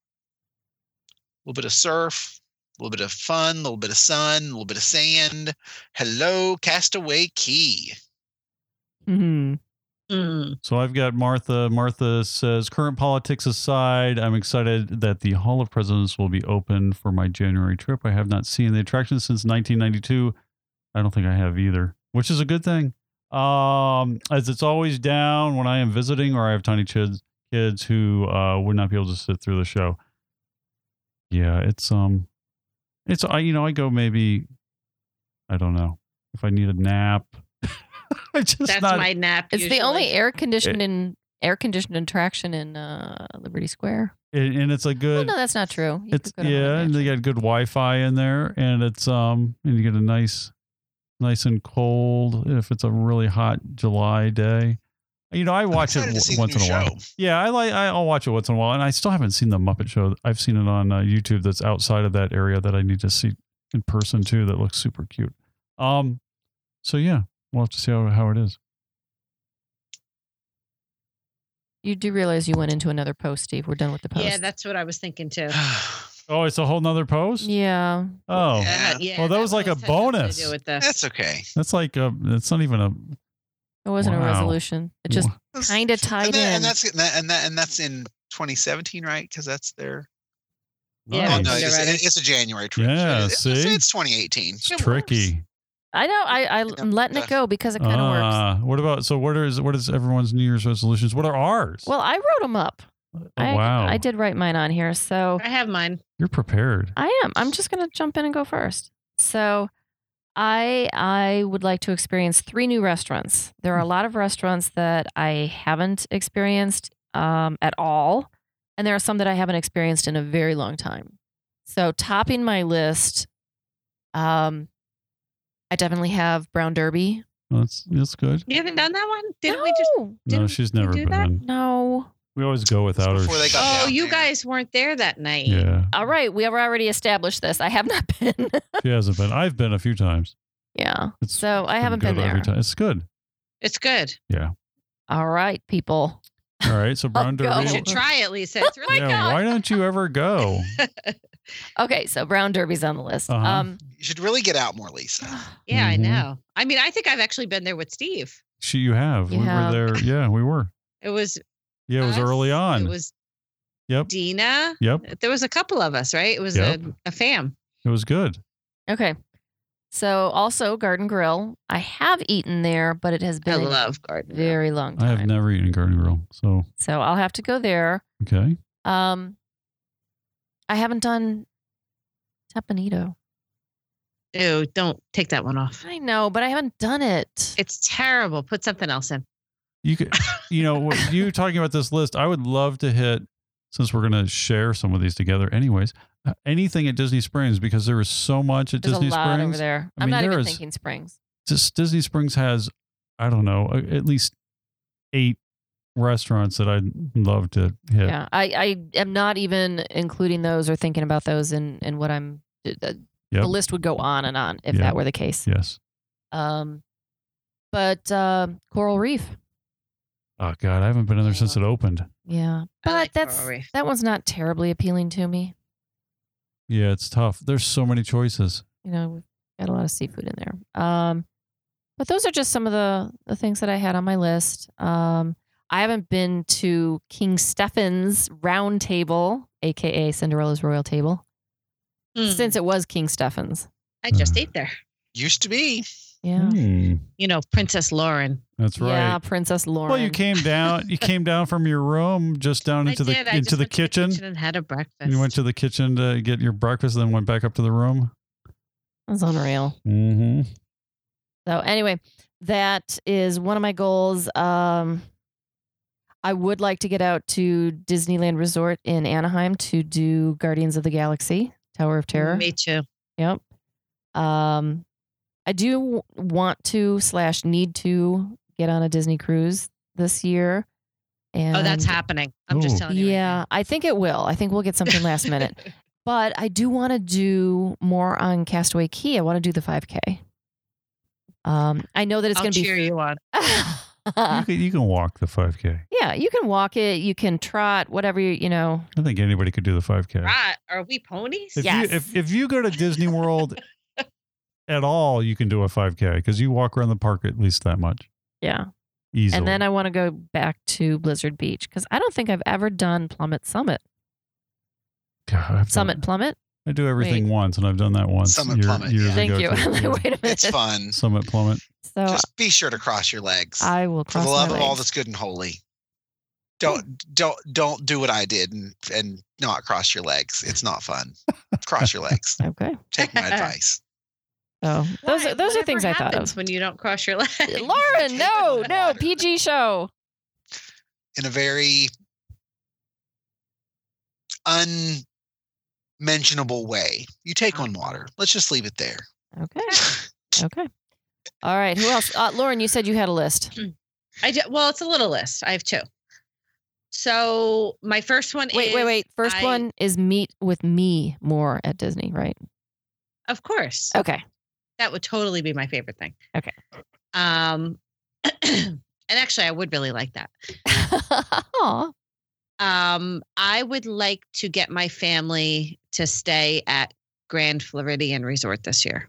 [SPEAKER 3] A little bit of surf, a little bit of fun, a little bit of sun, a little bit of sand. Hello, Castaway Key.
[SPEAKER 2] Mm-hmm.
[SPEAKER 1] Mhm.
[SPEAKER 4] Mm.
[SPEAKER 2] So I've got Martha. Martha says, current politics aside, I'm excited that the Hall of Presidents will be open for my January trip. I have not seen the attraction since 1992. I don't think I have either, which is a good thing. Um, as it's always down when I am visiting or I have tiny kids kids who uh, would not be able to sit through the show. Yeah, it's um, it's I you know I go maybe, I don't know if I need a nap. I just
[SPEAKER 4] That's
[SPEAKER 2] not
[SPEAKER 4] my nap.
[SPEAKER 1] It's
[SPEAKER 4] usually.
[SPEAKER 1] the only air conditioned in air conditioned attraction in uh, Liberty Square.
[SPEAKER 2] and and it's a
[SPEAKER 1] Oh,
[SPEAKER 2] good
[SPEAKER 1] no, that's not true. You
[SPEAKER 2] it's
[SPEAKER 1] could go to
[SPEAKER 2] yeah
[SPEAKER 1] Haunted
[SPEAKER 2] and they
[SPEAKER 1] Mansion.
[SPEAKER 2] got good wi-fi in there and it's um and you get a nice nice and cold if it's a really hot july day you know i watch it
[SPEAKER 3] excited to see
[SPEAKER 2] w-
[SPEAKER 3] the
[SPEAKER 2] once in
[SPEAKER 3] new
[SPEAKER 2] a while
[SPEAKER 3] show.
[SPEAKER 2] yeah i like I- i'll watch it once in a while and i still haven't seen the muppet show i've seen it on uh, youtube that's outside of that area that i need to see in person too that looks super cute um so yeah we'll have to see how, how it is
[SPEAKER 1] You do realize you went into another post, Steve. We're done with the post.
[SPEAKER 4] Yeah, that's what I was thinking too.
[SPEAKER 2] oh it's a whole nother post
[SPEAKER 1] yeah.
[SPEAKER 2] oh
[SPEAKER 3] Yeah.
[SPEAKER 4] yeah,
[SPEAKER 2] Well, that was like a
[SPEAKER 4] post had nothing to
[SPEAKER 2] bonus.
[SPEAKER 4] do with this.
[SPEAKER 3] That's okay.
[SPEAKER 2] that's like a, it's not even a
[SPEAKER 1] It wasn't
[SPEAKER 2] Wow.
[SPEAKER 1] a resolution. It just kind of tied
[SPEAKER 3] and, that,
[SPEAKER 1] in.
[SPEAKER 3] and that's and that, and that and that's in 2017, right? Because that's their.
[SPEAKER 4] Yeah,
[SPEAKER 3] Oh,
[SPEAKER 4] it's
[SPEAKER 3] no,
[SPEAKER 4] in
[SPEAKER 3] it's,
[SPEAKER 4] their
[SPEAKER 3] it's a January trip.
[SPEAKER 2] Yeah,
[SPEAKER 3] it's,
[SPEAKER 2] see?
[SPEAKER 3] it's 2018.
[SPEAKER 2] It's tricky.
[SPEAKER 1] I know. I, I'm letting it go because it kind of works.
[SPEAKER 2] Ah, What about so? What is what is everyone's New Year's resolutions? What are ours?
[SPEAKER 1] Well, I wrote them up.
[SPEAKER 2] Oh,
[SPEAKER 1] I,
[SPEAKER 2] wow,
[SPEAKER 1] I did write mine on here. So
[SPEAKER 4] I have mine.
[SPEAKER 2] You're prepared.
[SPEAKER 1] I am. I'm just going to jump in and go first. So, I I would like to experience three new restaurants. There
[SPEAKER 4] Mm.
[SPEAKER 1] are a lot of restaurants that I haven't experienced um, at all, and there are some that I haven't experienced in a very long time. So, topping my list, um, I definitely have Brown Derby.
[SPEAKER 2] That's that's good.
[SPEAKER 4] You haven't done that one? Didn't
[SPEAKER 1] no,
[SPEAKER 4] we just?
[SPEAKER 2] No,
[SPEAKER 4] Didn't
[SPEAKER 2] she's
[SPEAKER 4] we
[SPEAKER 2] never
[SPEAKER 4] do
[SPEAKER 2] been.
[SPEAKER 4] that?
[SPEAKER 1] no.
[SPEAKER 2] We always go without her.
[SPEAKER 3] Before they got
[SPEAKER 4] Oh,
[SPEAKER 3] down
[SPEAKER 4] you
[SPEAKER 3] there.
[SPEAKER 4] guys weren't there that
[SPEAKER 1] Oh,
[SPEAKER 4] night.
[SPEAKER 2] yeah,
[SPEAKER 1] All right, we have already established this. I have not been.
[SPEAKER 2] she hasn't been. I've been a few times.
[SPEAKER 1] yeah.
[SPEAKER 2] It's
[SPEAKER 1] So I
[SPEAKER 2] been
[SPEAKER 1] haven't been
[SPEAKER 2] good every
[SPEAKER 1] there.
[SPEAKER 2] time. It's good.
[SPEAKER 4] It's good.
[SPEAKER 1] All right, people.
[SPEAKER 2] All right. So Brown
[SPEAKER 1] go.
[SPEAKER 2] Derby.
[SPEAKER 4] You Oh, should try Oh, it, Lisa. It's really
[SPEAKER 2] yeah. Why don't you ever go?
[SPEAKER 1] Okay, so Brown Derby's on the list.
[SPEAKER 2] Uh-huh.
[SPEAKER 1] Um,
[SPEAKER 3] You should really get out more, Lisa.
[SPEAKER 4] good. Yeah, I
[SPEAKER 2] Mhm.
[SPEAKER 4] know. I mean, I think I've actually been there with Steve.
[SPEAKER 2] She, you have.
[SPEAKER 1] You
[SPEAKER 2] we
[SPEAKER 1] have.
[SPEAKER 2] were there. Yeah, we were.
[SPEAKER 4] It was.
[SPEAKER 2] Yeah, it was
[SPEAKER 4] us,
[SPEAKER 2] early on.
[SPEAKER 4] It was
[SPEAKER 2] yep.
[SPEAKER 4] Dina.
[SPEAKER 2] Yep.
[SPEAKER 4] There was a couple of us, right? It was
[SPEAKER 2] Yep.
[SPEAKER 4] a, a fam.
[SPEAKER 2] It was good.
[SPEAKER 1] okay. So also Garden Grill. I have eaten there, but it has
[SPEAKER 4] I
[SPEAKER 1] been a
[SPEAKER 4] love Garden. Grill.
[SPEAKER 1] very long
[SPEAKER 2] I
[SPEAKER 1] time.
[SPEAKER 2] have never eaten garden grill, so
[SPEAKER 1] so I'll have to go there.
[SPEAKER 2] okay.
[SPEAKER 1] Um, I haven't done Tapanito.
[SPEAKER 4] Ew, don't take that one off.
[SPEAKER 1] I know, but I haven't done it.
[SPEAKER 4] It's terrible. Put something else in.
[SPEAKER 2] You could, you know, what you talking about this list. I would love to hit since we're gonna share some of these together, anyways. Uh, anything at Disney Springs because there is so much at
[SPEAKER 1] There's
[SPEAKER 2] Disney
[SPEAKER 1] a lot
[SPEAKER 2] Springs.
[SPEAKER 1] over there.
[SPEAKER 2] I
[SPEAKER 1] I'm
[SPEAKER 2] mean,
[SPEAKER 1] not
[SPEAKER 2] there
[SPEAKER 1] even
[SPEAKER 2] is-
[SPEAKER 1] thinking Springs.
[SPEAKER 2] just Disney Springs has, I don't know, a- at least eight restaurants that I'd love to hit.
[SPEAKER 1] Yeah, I, I am not even including those or thinking about those in, in what I'm. uh, The list would go on and on if
[SPEAKER 2] Yeah.
[SPEAKER 1] that were the case.
[SPEAKER 2] Yes.
[SPEAKER 1] Um, but uh, Coral Reef.
[SPEAKER 2] Oh God, I haven't been in there since it opened.
[SPEAKER 1] Yeah, but
[SPEAKER 4] like Coral
[SPEAKER 1] that's
[SPEAKER 4] Reef.
[SPEAKER 1] that one's not terribly appealing to me.
[SPEAKER 2] Yeah, it's tough. There's so many choices.
[SPEAKER 1] You know, we've got a lot of seafood in there. Um, but those are just some of the the things that I had on my list. Um, I haven't been to King Stephen's Round Table, aka Cinderella's Royal Table,
[SPEAKER 4] Mm,
[SPEAKER 1] since it was King Stephen's.
[SPEAKER 4] I just ate there.
[SPEAKER 3] Used to be.
[SPEAKER 1] Yeah,
[SPEAKER 2] Hmm,
[SPEAKER 4] You know, Princess Lauren.
[SPEAKER 2] that's right.
[SPEAKER 1] yeah, Princess Lauren.
[SPEAKER 2] Well, you came down. You came down from your room, just down
[SPEAKER 4] I
[SPEAKER 2] into
[SPEAKER 4] did. I
[SPEAKER 2] the
[SPEAKER 4] just
[SPEAKER 2] into the
[SPEAKER 4] went to
[SPEAKER 2] kitchen.
[SPEAKER 4] and had a breakfast.
[SPEAKER 2] You went to the kitchen to get your breakfast, and then went back up to the room.
[SPEAKER 1] That's unreal.
[SPEAKER 2] Mm-hmm.
[SPEAKER 1] So anyway, that is one of my goals. Um, I would like to get out to Disneyland Resort in Anaheim to do Guardians of the Galaxy, Tower of Terror.
[SPEAKER 4] Mm, Me too.
[SPEAKER 1] Yep. Um, I do w- want to slash need to get on a Disney cruise this year. And
[SPEAKER 4] Oh, that's happening. I'm
[SPEAKER 2] Ooh.
[SPEAKER 4] just telling you. right
[SPEAKER 1] Yeah, I think it will. I think we'll get something last
[SPEAKER 4] now.
[SPEAKER 1] minute. But I do want to do more on Castaway Key. I want to do the 5K. Um, I know that it's
[SPEAKER 4] I'll
[SPEAKER 1] going to be
[SPEAKER 4] cheer you on.
[SPEAKER 2] you, can, you can walk the 5K.
[SPEAKER 1] yeah, you can walk it, you can trot, whatever you you know.
[SPEAKER 2] I think anybody could do the 5K.
[SPEAKER 4] Right? Are we ponies?
[SPEAKER 2] If
[SPEAKER 1] Ah, Yes.
[SPEAKER 2] you if, if you go to Disney World at all, you can do a 5K because you walk around the park at least that much
[SPEAKER 1] Yeah,
[SPEAKER 2] easily.
[SPEAKER 1] and then I want to go back to Blizzard Beach because I don't think I've ever done Plummet Summit.
[SPEAKER 2] God, I've done-
[SPEAKER 1] Summit Plummet.
[SPEAKER 2] I do everything once, and I've done that once.
[SPEAKER 3] Summit plummet,
[SPEAKER 2] Years
[SPEAKER 3] yeah.
[SPEAKER 1] Thank
[SPEAKER 2] ago
[SPEAKER 1] you.
[SPEAKER 2] too.
[SPEAKER 1] I'm like,
[SPEAKER 2] Yeah.
[SPEAKER 1] Wait a minute.
[SPEAKER 3] It's fun.
[SPEAKER 2] Summit plummet.
[SPEAKER 1] So
[SPEAKER 3] Just be sure to cross your legs.
[SPEAKER 1] I will
[SPEAKER 3] For
[SPEAKER 1] cross
[SPEAKER 3] the love
[SPEAKER 1] my
[SPEAKER 3] of all
[SPEAKER 1] legs.
[SPEAKER 3] that's good and holy. Don't don't don't do what I did and and not cross your legs. It's not fun. Cross your legs.
[SPEAKER 1] Okay.
[SPEAKER 3] Take my advice.
[SPEAKER 1] So those
[SPEAKER 4] Why?
[SPEAKER 1] are, those are
[SPEAKER 4] Whatever
[SPEAKER 1] things I thought
[SPEAKER 4] happens
[SPEAKER 1] of.
[SPEAKER 4] when you don't cross your legs.
[SPEAKER 1] Lauren, no,
[SPEAKER 3] Water.
[SPEAKER 1] no, PG show.
[SPEAKER 3] In a very unmentionable way. You take on water. Let's just leave it there.
[SPEAKER 1] Okay. Okay. All right. Who else? Uh, Lauren, you said you had a list.
[SPEAKER 4] I do, well, it's a little list. I have two. So my first one
[SPEAKER 1] Wait,
[SPEAKER 4] is
[SPEAKER 1] wait, wait. First
[SPEAKER 4] I-
[SPEAKER 1] one is meet with me more at Disney, right?
[SPEAKER 4] Of course,
[SPEAKER 1] Okay.
[SPEAKER 4] that would totally be my favorite thing.
[SPEAKER 1] Okay.
[SPEAKER 4] Um, and actually, I would really like that.
[SPEAKER 1] Aw.
[SPEAKER 4] Um, I would like to get my family to stay at Grand Floridian Resort this year.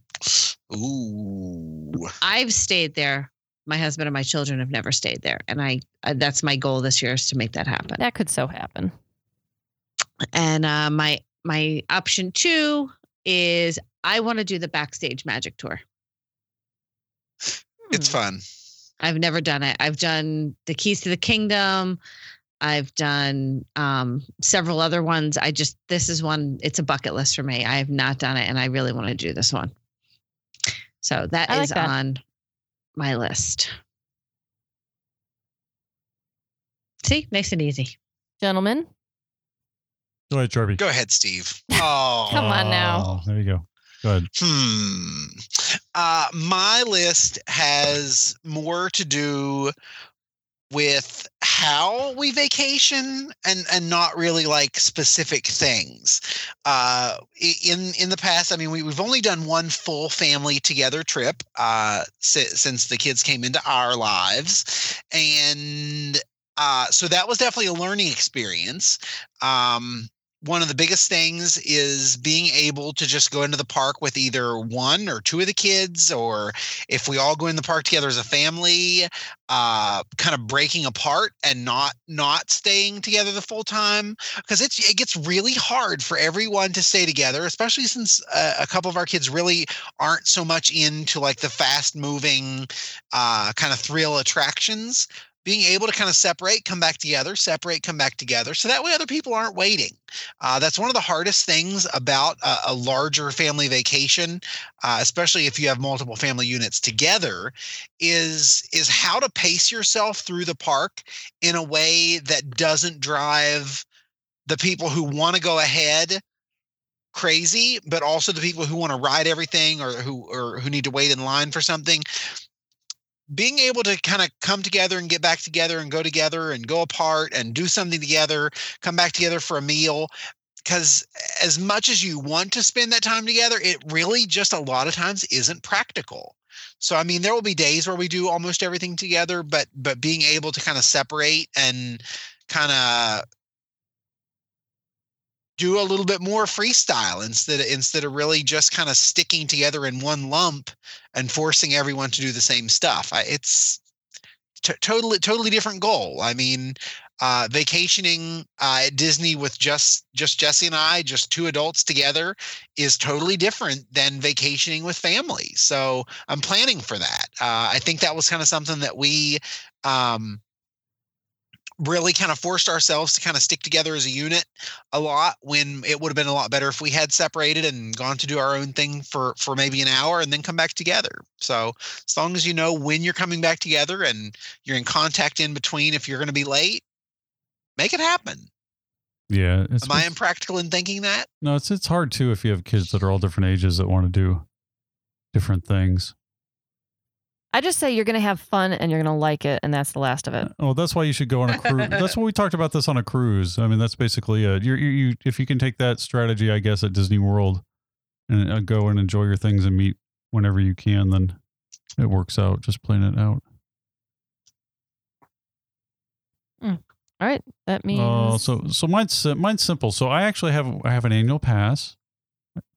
[SPEAKER 3] Ooh.
[SPEAKER 4] I've stayed there. My husband and my children have never stayed there, and I uh, that's my goal this year is to make that happen.
[SPEAKER 1] That could so happen.
[SPEAKER 4] And uh, my my option two is I want to do the backstage magic tour. Hmm.
[SPEAKER 1] Hmm.
[SPEAKER 3] It's fun.
[SPEAKER 4] I've never done it. I've done the Keys to the Kingdom. I've done um, several other ones. I just this is one. It's a bucket list for me. I have not done it, and I really want to do this one. So that is
[SPEAKER 1] I like that.
[SPEAKER 4] on my list. See, nice and easy.
[SPEAKER 1] Gentlemen,
[SPEAKER 2] Go ahead, Charby.
[SPEAKER 3] Go ahead, Steve. Oh.
[SPEAKER 1] Come on now.
[SPEAKER 2] Oh, There you go. Go ahead.
[SPEAKER 3] Hmm. Uh, my list has more to do with how we vacation and and not really like specific things. Uh, i- in in the past, I mean, we, we've only done one full family together trip uh, si- since the kids came into our lives, and uh, so that was definitely a learning experience. Um, one of the biggest things is being able to just go into the park with either one or two of the kids, or if we all go in the park together as a family, uh, kind of breaking apart and not not staying together the full time because it's it gets really hard for everyone to stay together, especially since uh, a couple of our kids really aren't so much into like the fast moving uh, kind of thrill attractions being able to kind of separate, come back together, separate, come back together. So that way other people aren't waiting. Uh, that's one of the hardest things about a, a larger family vacation, uh, especially if you have multiple family units together, is is how to pace yourself through the park in a way that doesn't drive the people who want to go ahead crazy, but also the people who want to ride everything or who or who need to wait in line for something being able to kind of come together and get back together and go together and go apart and do something together, come back together for a meal. Because as much as you want to spend that time together, it really just a lot of times isn't practical. So I mean, there will be days where we do almost everything together, but but being able to kind of separate and kind of do a little bit more freestyle instead of, instead of really just kind of sticking together in one lump and forcing everyone to do the same stuff. I, it's t- totally totally different goal. I mean, uh, vacationing uh, at Disney with just just Jesse and I, just two adults together, is totally different than vacationing with family. So I'm planning for that. Uh, I think that was kind of something that we. Um, really kind of forced ourselves to kind of stick together as a unit a lot when it would have been a lot better if we had separated and gone to do our own thing for for maybe an hour and then come back together so as long as you know when you're coming back together and you're in contact in between if you're going to be late make it happen
[SPEAKER 2] Yeah. It's,
[SPEAKER 3] am i
[SPEAKER 2] it's-
[SPEAKER 3] impractical in thinking that
[SPEAKER 2] No, it's it's hard too if you have kids that are all different ages that want to do different things.
[SPEAKER 1] I just say you're going to have fun and you're going to like it, and that's the last of it.
[SPEAKER 2] Well, that's why you should go on a cruise. that's what we talked about this on a cruise. I mean, that's basically it. You're, you you if you can take that strategy, I guess, at Disney World, and uh, go and enjoy your things and meet whenever you can, then it works out. Just plan it out.
[SPEAKER 1] All right. That means
[SPEAKER 2] Oh, so so mine's si- mine's simple. So I actually have I have an annual pass.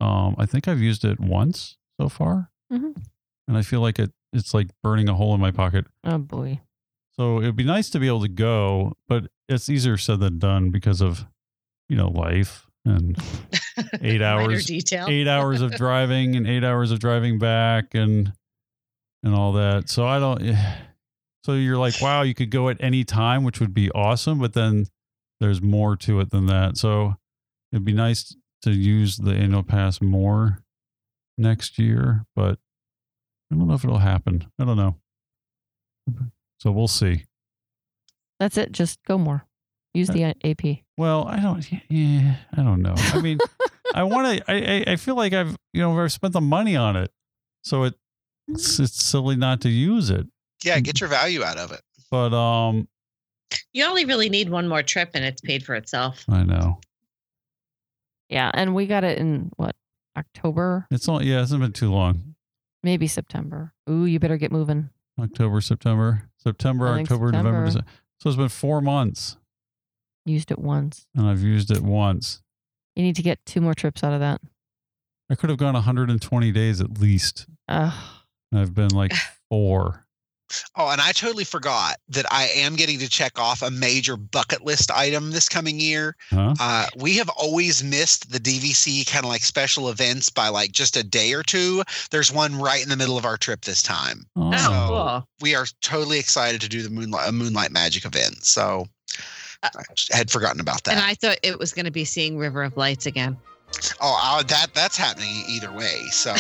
[SPEAKER 2] Um, I think I've used it once so far,
[SPEAKER 1] Mhm.
[SPEAKER 2] and I feel like it it's like burning a hole in my pocket.
[SPEAKER 1] oh boy.
[SPEAKER 2] So it'd be nice to be able to go, but it's easier said than done because of, you know, life and eight
[SPEAKER 4] Minor
[SPEAKER 2] hours,
[SPEAKER 4] detail.
[SPEAKER 2] eight hours of driving and eight hours of driving back and, and all that. So I don't, eh, so you're like, wow, you could go at any time, which would be awesome. But then there's more to it than that. So it'd be nice to use the annual pass more next year, but I don't know if it'll happen. I don't know. So we'll see.
[SPEAKER 1] That's it. Just go more. Use the AP.
[SPEAKER 2] Well, I don't. Yeah, I don't know. I mean, I want to. I, I I feel like I've you know I've spent the money on it, so it it's,
[SPEAKER 1] Mm-hmm.
[SPEAKER 2] it's silly not to use it.
[SPEAKER 3] yeah get your value out of it
[SPEAKER 2] But um,
[SPEAKER 4] you only really need one more trip and it's paid for itself.
[SPEAKER 2] I know
[SPEAKER 1] Yeah. And we got it in what? October,
[SPEAKER 2] it's all. Yeah, it hasn't been too long.
[SPEAKER 1] maybe September. Ooh, you better get moving.
[SPEAKER 2] October, September, September,
[SPEAKER 1] I think
[SPEAKER 2] October,
[SPEAKER 1] September.
[SPEAKER 2] November. December. So it's been four months,
[SPEAKER 1] Used it once.
[SPEAKER 2] and I've used it once.
[SPEAKER 1] You need to get two more trips out of that.
[SPEAKER 2] I could have gone 120 days at least,
[SPEAKER 1] Ugh.
[SPEAKER 2] and I've been like four.
[SPEAKER 3] Oh, and I totally forgot that I am getting to check off a major bucket list item this coming year.
[SPEAKER 2] Huh?
[SPEAKER 3] Uh, we have always missed the DVC kind of like special events by like just a day or two. There's one right in the middle of our trip this time.
[SPEAKER 2] Oh,
[SPEAKER 4] Oh, cool.
[SPEAKER 3] We are totally excited to do the moonlight a moonlight magic event. So I just had forgotten about that.
[SPEAKER 4] And I thought it was going to be seeing River of Lights again.
[SPEAKER 3] oh, I, that that's happening e, either way. So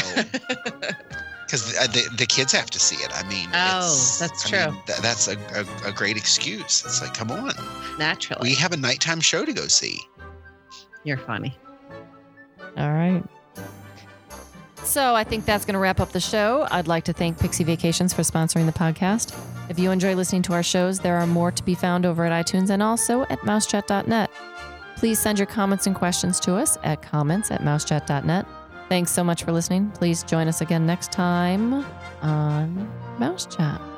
[SPEAKER 3] because the, the, the kids have to see it. I mean,
[SPEAKER 4] Oh,
[SPEAKER 3] it's-
[SPEAKER 4] that's
[SPEAKER 3] I mean,
[SPEAKER 4] true.
[SPEAKER 3] th- that's a, a a great excuse. It's like, come on.
[SPEAKER 4] Naturally.
[SPEAKER 3] We have a nighttime show to go see.
[SPEAKER 4] You're funny.
[SPEAKER 1] All right. So I think that's going to wrap up the show. I'd like to thank Pixie Vacations for sponsoring the podcast. If you enjoy listening to our shows, there are more to be found over at iTunes and also at mousechat.net. Please send your comments and questions to us at comments at mousechat.net. Thanks so much for listening. Please join us again next time on Mouse Chat.